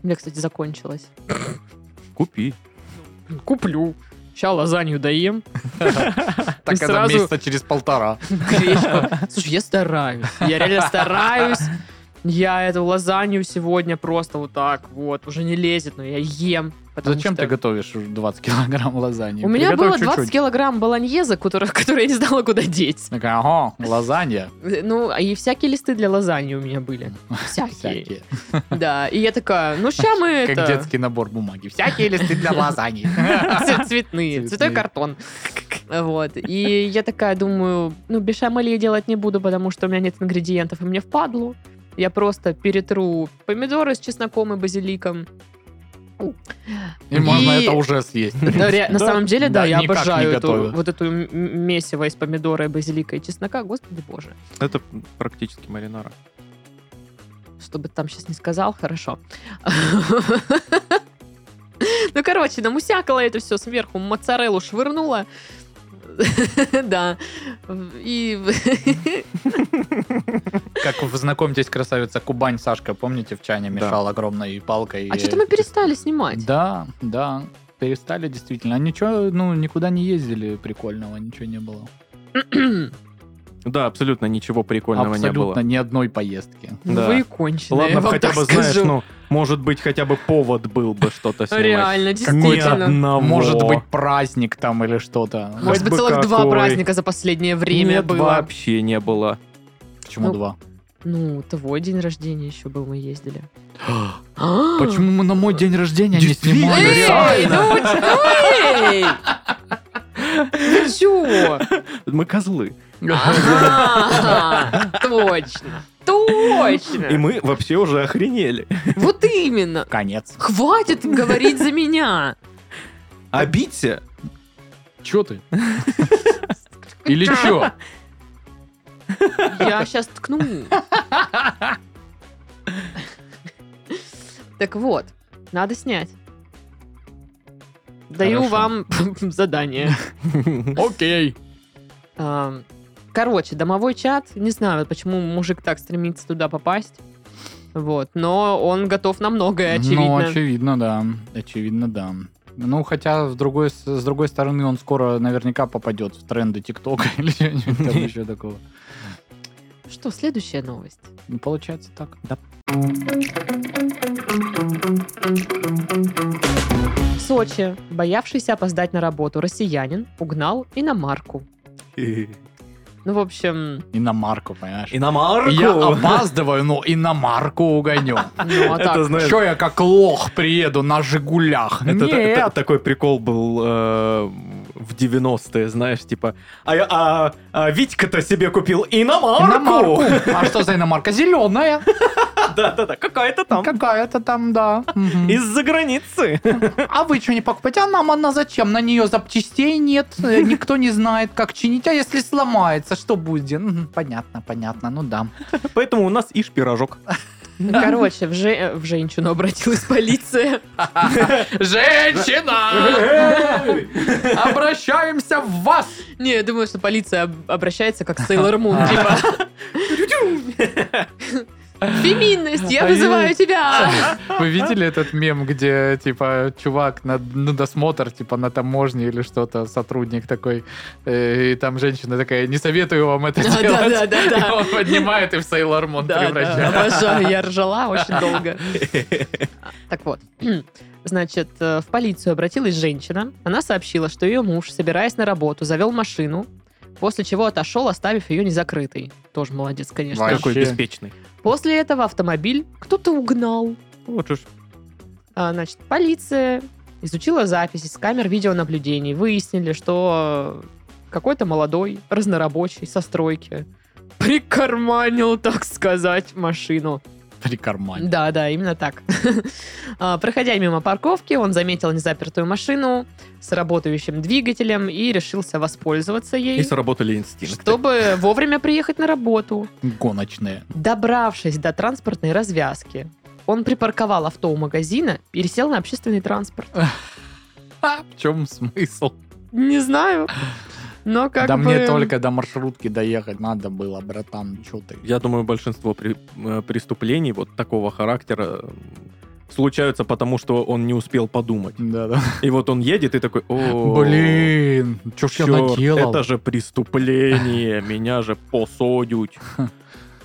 Speaker 1: У меня, кстати, закончилось.
Speaker 2: Купи.
Speaker 1: Куплю. Сейчас лазанью доем.
Speaker 3: Так это
Speaker 1: сразу-
Speaker 3: месяца через полтора.
Speaker 1: гречку. Слушай, я стараюсь. Я реально стараюсь. Я эту лазанью сегодня просто вот так вот, уже не лезет, но я ем. потому
Speaker 3: Зачем
Speaker 1: что-
Speaker 3: ты готовишь 20 килограмм лазаньи?
Speaker 1: У меня
Speaker 3: Приготовь
Speaker 1: было 20
Speaker 3: чуть-чуть.
Speaker 1: килограмм болоньеза, которых- которые я не знала, куда деть.
Speaker 3: Такая, ага, лазанья.
Speaker 1: Ну, а и всякие листы для лазаньи у меня были. Всякие.
Speaker 3: Всякие.
Speaker 1: Да, и я такая, ну ща мы
Speaker 3: Как
Speaker 1: это...
Speaker 3: детский набор бумаги. Всякие листы для лазаньи.
Speaker 1: ц- Цветные,
Speaker 3: Цветные.
Speaker 1: цветной картон. Вот. И я такая думаю, ну, бешамель я делать не буду, потому что у меня нет ингредиентов, и мне впадлу. Я просто перетру помидоры с чесноком и базиликом.
Speaker 3: И можно это уже съесть.
Speaker 1: Да, ре- На
Speaker 2: Да,
Speaker 1: самом деле, да,
Speaker 3: да,
Speaker 1: я
Speaker 3: никак не
Speaker 1: обожаю эту-
Speaker 3: готовят.
Speaker 1: вот эту м- м- месиво из помидора, и базилика и чеснока. Господи боже.
Speaker 2: Это практически маринара.
Speaker 1: чтобы там сейчас не сказал, хорошо. Ну, короче, намусякала это все сверху, моцареллу швырнула. Да. И
Speaker 3: Как в «Знакомьтесь, красавица Кубань» Сашка, помните, в чане мешал огромной палкой.
Speaker 1: А что-то мы перестали снимать.
Speaker 3: Да, да, перестали действительно. А ничего, ну, никуда не ездили прикольного, ничего не было.
Speaker 2: Да, абсолютно ничего прикольного не
Speaker 3: Абсолютно
Speaker 2: было.
Speaker 3: ни одной поездки.
Speaker 2: Да.
Speaker 1: Вы конченые, я
Speaker 2: Ладно, б
Speaker 1: вам
Speaker 2: хотя
Speaker 1: так
Speaker 2: бы, знаешь,
Speaker 1: скажу.
Speaker 2: ну, может быть, хотя бы повод был бы что-то снимать.
Speaker 1: Реально,
Speaker 2: Ни
Speaker 1: действительно.
Speaker 2: одного.
Speaker 3: Может быть, праздник там или что-то.
Speaker 2: Хоть
Speaker 1: Может быть,
Speaker 2: бы
Speaker 1: целых два
Speaker 2: какой.
Speaker 1: праздника за последнее время
Speaker 2: Нет,
Speaker 1: было.
Speaker 2: вообще не было.
Speaker 3: Почему
Speaker 1: ну,
Speaker 3: два?
Speaker 1: Ну, твой день рождения еще был, мы ездили. А? ну,
Speaker 3: Почему мы на мой день рождения не
Speaker 2: Действительно,
Speaker 3: снимали?
Speaker 1: Эй, ну, эй! Ты чего?
Speaker 2: Мы козлы.
Speaker 1: Ага, Точно.
Speaker 2: И
Speaker 1: Точно.
Speaker 2: мы вообще уже охренели.
Speaker 1: Вот именно.
Speaker 3: Конец.
Speaker 1: Хватит говорить за меня.
Speaker 2: Обидься.
Speaker 3: Чё ты? Или чё?
Speaker 1: Я сейчас ткну. Так вот, надо снять. Даю
Speaker 3: Хорошо.
Speaker 1: вам задание.
Speaker 3: Окей.
Speaker 1: Ам, Короче, домовой чат, не знаю, почему мужик так стремится туда попасть. Вот, но он готов на многое,
Speaker 3: Ну,
Speaker 1: Э, очевидно.
Speaker 3: очевидно, да. Очевидно, да. Ну, хотя, с другой, с с другой стороны, он скоро наверняка попадет в тренды ТикТока или что-нибудь там еще такого.
Speaker 1: Что, следующая новость?
Speaker 3: Ну, получается так. Да.
Speaker 1: В Сочи, боявшийся опоздать на работу, россиянин угнал иномарку. Ну, в общем,
Speaker 3: Иномарку, понимаешь?
Speaker 2: Иномарку.
Speaker 3: Я опаздываю, но иномарку угоню.
Speaker 1: ну а
Speaker 2: Это
Speaker 1: так.
Speaker 2: знаешь,
Speaker 3: Че я как лох приеду на «Жигулях»?
Speaker 2: это та- та-
Speaker 3: Нет.
Speaker 2: такой прикол был э, в 90-е, знаешь, типа, а, я- а- а Витька-то себе купил иномарку.
Speaker 3: Иномарку. А что за иномарка? Зеленая.
Speaker 2: Да-да-да, какая-то там.
Speaker 3: Какая-то там, да. Мгм.
Speaker 2: Из-за границы.
Speaker 3: А вы что не покупаете? А нам она зачем? На нее запчастей нет, э, никто не знает, как чинить. А если сломается, что будет? Мгм, Понятно, понятно, ну да.
Speaker 2: Поэтому у нас ишь пирожок.
Speaker 1: Короче, в, же- в женщину обратилась полиция.
Speaker 3: Женщина! Обращаемся в вас!
Speaker 1: Не, я думаю, что полиция об- обращается как Сейлор Мун, типа. Феминность, я вызываю тебя!
Speaker 3: Вы видели этот мем, где, типа, чувак на, на досмотр, типа, на таможне или что-то, сотрудник такой, э, и там женщина такая, не советую вам это
Speaker 1: Да, да,
Speaker 3: делать.
Speaker 1: да, да, да.
Speaker 3: И он поднимает и в Сейлор Мун
Speaker 1: Да, да,
Speaker 3: превращает.
Speaker 1: обожаю, я ржала очень долго. Так вот, значит, э, в полицию обратилась женщина. Она сообщила, что ее муж, собираясь на работу, завел машину, после чего отошел, оставив ее незакрытой. Тоже молодец, конечно.
Speaker 3: Вообще.
Speaker 2: Какой беспечный.
Speaker 1: После этого автомобиль кто-то угнал.
Speaker 2: Вот же ж.
Speaker 1: А, Значит, полиция изучила записи с камер видеонаблюдений, выяснили, что какой-то молодой разнорабочий со стройки прикарманил, так сказать, машину.
Speaker 3: Прикармань.
Speaker 1: Да, да, именно так. А, Проходя мимо парковки, он заметил незапертую машину с работающим двигателем и решился воспользоваться
Speaker 2: И
Speaker 1: ей,
Speaker 2: сработали инстинкты.
Speaker 1: чтобы вовремя приехать на работу.
Speaker 3: Гоночные.
Speaker 1: Добравшись до транспортной развязки, он припарковал авто у магазина, пересел на общественный транспорт.
Speaker 3: Э. А, в чем смысл?
Speaker 1: Не знаю. Но как
Speaker 3: да
Speaker 1: бы...
Speaker 3: мне только до маршрутки доехать надо было, братан, что ты?
Speaker 2: Я думаю, большинство при- э, преступлений вот такого характера э, случаются потому, что он не успел подумать.
Speaker 3: Да-да.
Speaker 2: И вот он едет и такой, о,
Speaker 3: Блин, что ж я
Speaker 2: чёрт,
Speaker 3: наделал?
Speaker 2: это же преступление, меня же посадят.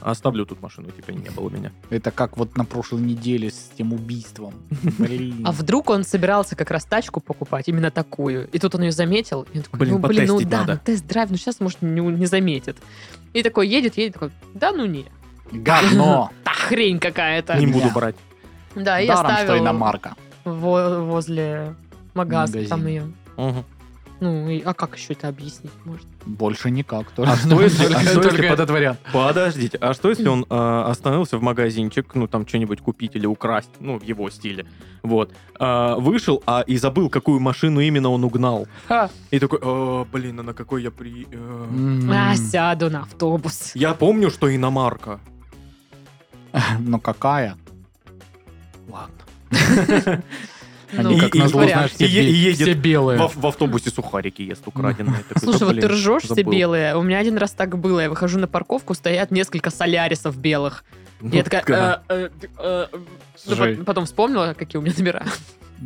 Speaker 2: Оставлю тут машину, типа не было меня.
Speaker 3: Это как вот на прошлой неделе с тем убийством. Блин.
Speaker 1: А вдруг он собирался как раз тачку покупать, именно такую. И тут он ее заметил. И он такой,
Speaker 2: Блин,
Speaker 1: ну, блин, ну
Speaker 2: потестить
Speaker 1: да,
Speaker 2: надо.
Speaker 1: ну тест-драйв, ну сейчас, может, не, не заметит. И такой едет, едет, такой, да ну не,
Speaker 3: Говно!
Speaker 1: та хрень какая-то.
Speaker 2: Не
Speaker 3: Бля.
Speaker 2: буду брать.
Speaker 1: Да, и
Speaker 3: Даром, что
Speaker 1: оставил
Speaker 3: иномарка.
Speaker 1: во- возле магаза
Speaker 3: Магазин.
Speaker 1: там ее.
Speaker 2: Мгм.
Speaker 1: Ну, и- а как еще это объяснить можно?
Speaker 3: Больше никак.
Speaker 2: А что если- а что если под
Speaker 3: этот вариант?
Speaker 2: Подождите, а что если он э, остановился в магазинчик, ну там что-нибудь купить или украсть, ну в его стиле, вот, А, вышел, а и забыл, какую машину именно он угнал, и такой, «Э, блин, а на какой я при... э,
Speaker 3: М-м-м.
Speaker 1: А, сяду на автобус.
Speaker 2: Я помню, что иномарка.
Speaker 3: Но какая? Ладно. Они
Speaker 1: Ну,
Speaker 3: как
Speaker 2: и-
Speaker 3: назло,
Speaker 1: вариант.
Speaker 3: знаешь, все
Speaker 2: И е- и
Speaker 3: бе-
Speaker 2: едет
Speaker 3: все белые.
Speaker 2: В, в автобусе сухарики ест украденные. Такой,
Speaker 1: Слушай,
Speaker 2: «Да,
Speaker 1: вот ты
Speaker 2: блин,
Speaker 1: ржешь все
Speaker 2: забыл».
Speaker 1: белые. У меня один раз так было. Я выхожу на парковку, стоят несколько солярисов белых.
Speaker 2: Ну,
Speaker 1: Я такая...
Speaker 2: да.
Speaker 1: «Э, э, э, э». Ну,
Speaker 3: Слушай.
Speaker 1: пот- Потом вспомнила, какие у меня номера.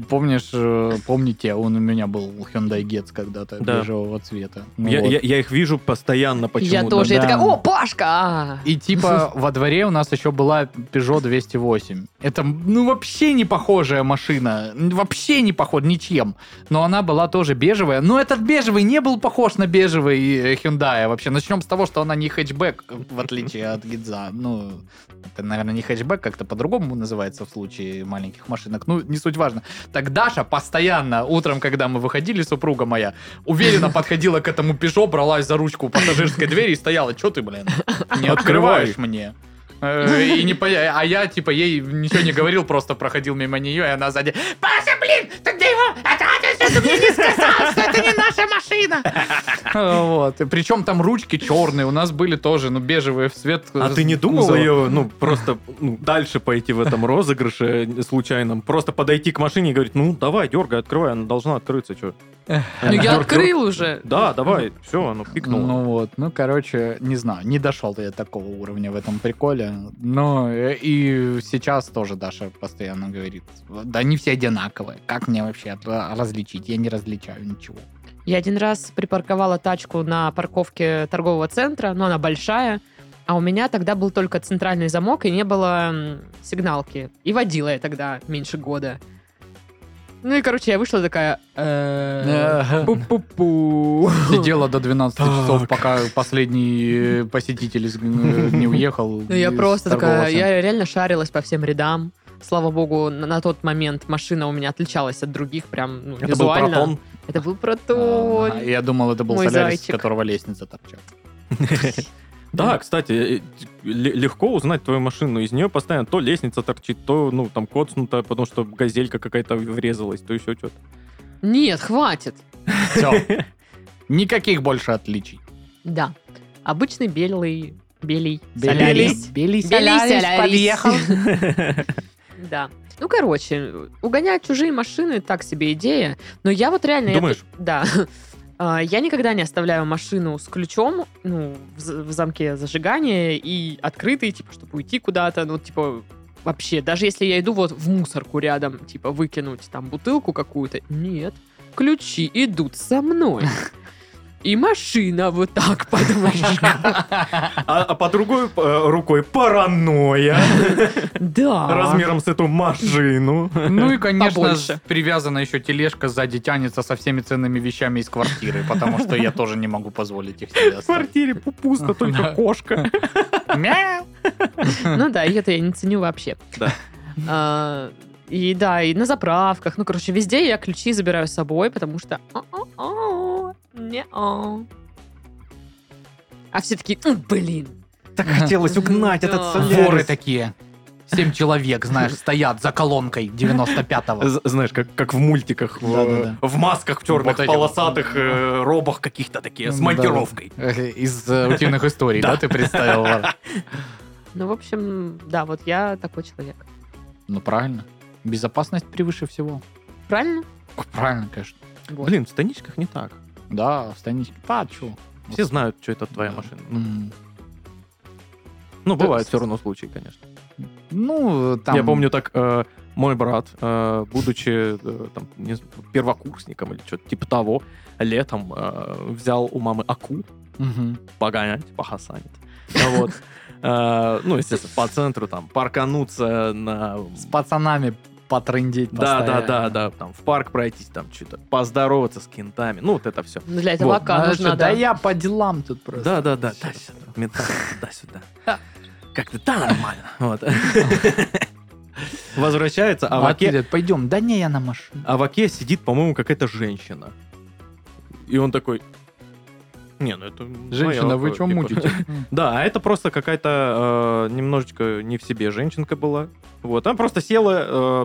Speaker 3: Помнишь, э, помните, он у меня был Hyundai Getz когда-то,
Speaker 2: Да.
Speaker 3: бежевого цвета. Ну
Speaker 2: Я,
Speaker 3: вот.
Speaker 2: я- я их вижу постоянно почему-то.
Speaker 1: Я тоже. Я
Speaker 3: да.
Speaker 1: такая, о, Пашка! а!»
Speaker 3: И типа во дворе у нас еще была Peugeot 208. Это ну вообще не похожая машина. Н- Вообще не похожа ничем. Но она была тоже бежевая. Но этот бежевый не был похож на бежевый э, Hyundai вообще. Начнем с того, что она не хэтчбэк, в отличие от Гидза. Ну, это, наверное, не хэтчбэк, как-то по-другому называется в случае маленьких машинок. Ну, не суть важно. Так Даша постоянно утром, когда мы выходили, супруга моя, уверенно подходила к этому Peugeot, бралась за ручку у пассажирской двери и стояла. Че ты, блин? Не открываешь мне. Э, И не поня- А я, типа, ей ничего не говорил, просто проходил мимо нее, и она сзади. Паша, блин, ты где его? А ты отец, ты мне не сказал, что это не наша машина. Э, Вот. И Причем там ручки черные, у нас были тоже, ну, бежевые в цвет.
Speaker 2: А ты не думал
Speaker 3: кузова.
Speaker 2: ее, ну, просто ну, дальше пойти в этом розыгрыше случайном? Просто подойти к машине и говорить, ну, давай, дергай, открывай, она должна открыться, что?
Speaker 1: Ну, я открыл уже.
Speaker 2: Да, давай, все, оно пикнуло.
Speaker 3: Ну вот, ну короче, не знаю, не дошел я до такого уровня в этом приколе. Но э, и сейчас тоже Даша постоянно говорит, да они все одинаковые, как мне вообще от- а, различить? Я не различаю ничего.
Speaker 1: Я один раз припарковала тачку на парковке торгового центра, но она большая. А у меня тогда был только центральный замок, и не было м, сигналки. И водила я тогда меньше года. Ну и, короче, я вышла такая... э, Пу-пу-пу.
Speaker 3: Сидела до 12 часов,
Speaker 2: Так.
Speaker 3: пока последний э, посетитель из- э, не уехал.
Speaker 1: Ну, я
Speaker 3: из
Speaker 1: просто
Speaker 3: торгового
Speaker 1: такая,
Speaker 3: центра.
Speaker 1: я реально шарилась по всем рядам. Слава богу, на, на тот момент машина у меня отличалась от других, прям ну,
Speaker 2: Это был
Speaker 1: визуально.
Speaker 2: протон.
Speaker 1: Это
Speaker 3: А,
Speaker 1: был протон.
Speaker 3: Ага, Я думал, это был
Speaker 1: Мой
Speaker 3: солярис, из
Speaker 1: зайчик.
Speaker 3: которого лестница торчала.
Speaker 2: Да, кстати, э, э, ле- легко узнать твою машину. Из нее постоянно то лестница торчит, то, ну, там, коцнута, потому что газелька какая-то врезалась, то еще что-то.
Speaker 1: Нет, хватит.
Speaker 3: Все. Никаких больше отличий.
Speaker 1: Да. Обычный белый Белий.
Speaker 3: Белись,
Speaker 1: Солярис.
Speaker 3: белись,
Speaker 1: Белись, солярис.
Speaker 3: подъехал.
Speaker 1: Да. Ну, короче, угонять чужие машины так себе идея. Но я вот реально... это-
Speaker 2: Думаешь?
Speaker 1: Да. А, Я никогда не оставляю машину с ключом, ну, в за- в замке зажигания и открытой, типа, чтобы уйти куда-то, ну, типа, вообще. Даже если я иду вот в мусорку рядом, типа, выкинуть там бутылку какую-то, нет. Ключи идут со мной. И машина вот так под машину.
Speaker 2: А, а по другой э, рукой паранойя
Speaker 1: Да.
Speaker 3: А.
Speaker 2: размером с эту машину.
Speaker 3: Ну и, конечно,
Speaker 1: Побольше.
Speaker 3: с- привязана еще тележка сзади тянется со всеми ценными вещами из квартиры, потому что я тоже не могу позволить их себе
Speaker 2: В
Speaker 3: оставить.
Speaker 2: квартире пу- пусто, только
Speaker 3: Да.
Speaker 2: кошка.
Speaker 3: Мяу.
Speaker 1: Ну да, и это я не ценю вообще.
Speaker 2: Да.
Speaker 1: А, И да, и на заправках. Ну, короче, везде я ключи забираю с собой, потому что... «О-о-о, не-о». А все такие, «М, блин.
Speaker 2: Так хотелось угнать этот
Speaker 1: Да.
Speaker 2: солярис.
Speaker 3: Воры такие. Семь человек, знаешь, стоят за колонкой 95-го.
Speaker 2: З- Знаешь, как, как в мультиках, в,
Speaker 3: Да-да-да.
Speaker 2: в масках в черных,
Speaker 3: Вот эти вот.
Speaker 2: полосатых э, робах каких-то такие, с
Speaker 3: Да-да.
Speaker 2: монтировкой.
Speaker 3: Э, Из э, утиных историй, да, ты представил? Лара?
Speaker 1: Ну, в общем, да, вот я такой человек.
Speaker 3: Ну, правильно. Безопасность превыше всего.
Speaker 1: Правильно?
Speaker 3: Правильно, конечно.
Speaker 1: Вот.
Speaker 2: Блин, в станичках не так.
Speaker 3: Да, встанись. Па, чё?
Speaker 2: Все знают, что это твоя машина.
Speaker 3: М.
Speaker 2: Ну,
Speaker 3: Да,
Speaker 2: бывают
Speaker 3: с-
Speaker 2: все равно случаи, конечно.
Speaker 3: Ну, там...
Speaker 2: Я помню так, э, мой брат, э, будучи э, там, не знаю, первокурсником или что-то типа того, летом э, взял у мамы аку
Speaker 3: Мгм.
Speaker 2: погонять, похасанить. Вот. Э, Ну, естественно, по центру там паркануться на...
Speaker 3: С пацанами потрындеть
Speaker 2: Да, да,
Speaker 3: постоянно.
Speaker 2: да, да, там в парк пройтись, там что-то, поздороваться с кентами, ну вот это все.
Speaker 1: Ну, для этого
Speaker 2: Вот.
Speaker 1: ака
Speaker 3: А
Speaker 1: нужна, да.
Speaker 3: что, Да я по делам тут просто.
Speaker 2: Да, да, да, да, сюда, да, сюда. Как-то да, нормально. Вот. Возвращается, а в
Speaker 3: Мать
Speaker 2: оке
Speaker 3: говорит, пойдем. Да не, я на машине.
Speaker 2: А в оке сидит, по-моему, какая-то женщина. И он такой... Не, ну это... моя
Speaker 3: Женщина, вы
Speaker 2: рука,
Speaker 3: чё
Speaker 2: типа».
Speaker 3: мутите?
Speaker 2: Да, а это просто какая-то э, немножечко не в себе женщинка была. Вот, она просто села, э,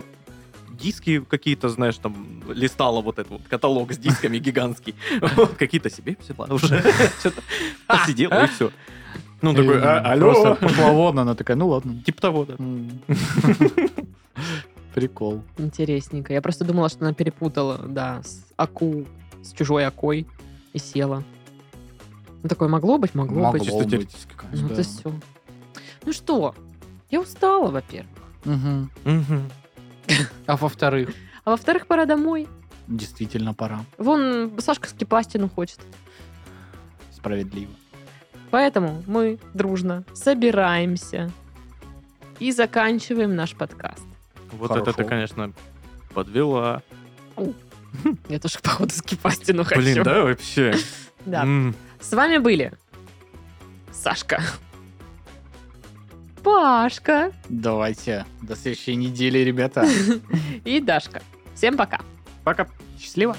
Speaker 2: диски какие-то, знаешь, там, листала вот этот вот каталог с дисками гигантский. Вот, какие-то себе взяла уже. Что-то посидела и все. Ну, он такой, «А,
Speaker 3: Просто
Speaker 2: алло.
Speaker 3: пошла вон, она такая, ну ладно.
Speaker 2: Типа того, да.
Speaker 3: М. Прикол.
Speaker 1: Интересненько. Я просто думала, что она перепутала, да, с аку, с чужой акой и села. Ну, такое могло быть, могло,
Speaker 3: Могло.
Speaker 1: быть.
Speaker 2: Чисто
Speaker 3: Ломбы.
Speaker 2: теоретически, конечно.
Speaker 1: Ну,
Speaker 3: Да.
Speaker 1: это все. Ну что, я устала, во-первых.
Speaker 3: Мгм.
Speaker 2: Мгм.
Speaker 3: А во-вторых,
Speaker 1: А во-вторых, пора домой.
Speaker 3: действительно пора.
Speaker 1: Вон Сашка скипастину хочет.
Speaker 3: Справедливо.
Speaker 1: Поэтому мы дружно собираемся и заканчиваем наш подкаст.
Speaker 2: Вот
Speaker 3: Хорошо.
Speaker 2: это ты, конечно, подвела.
Speaker 1: Я тоже, походу, скипастину хочу.
Speaker 2: Блин, да, вообще.
Speaker 1: Да.
Speaker 2: М.
Speaker 1: С вами были Сашка, Пашка
Speaker 3: Давайте. До следующей недели, ребята.
Speaker 1: и Дашка. Всем пока.
Speaker 2: Пока.
Speaker 3: Счастливо.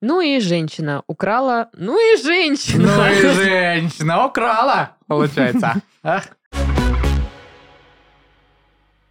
Speaker 1: Ну и женщина украла... Ну и женщина!
Speaker 3: женщина украла, получается. А?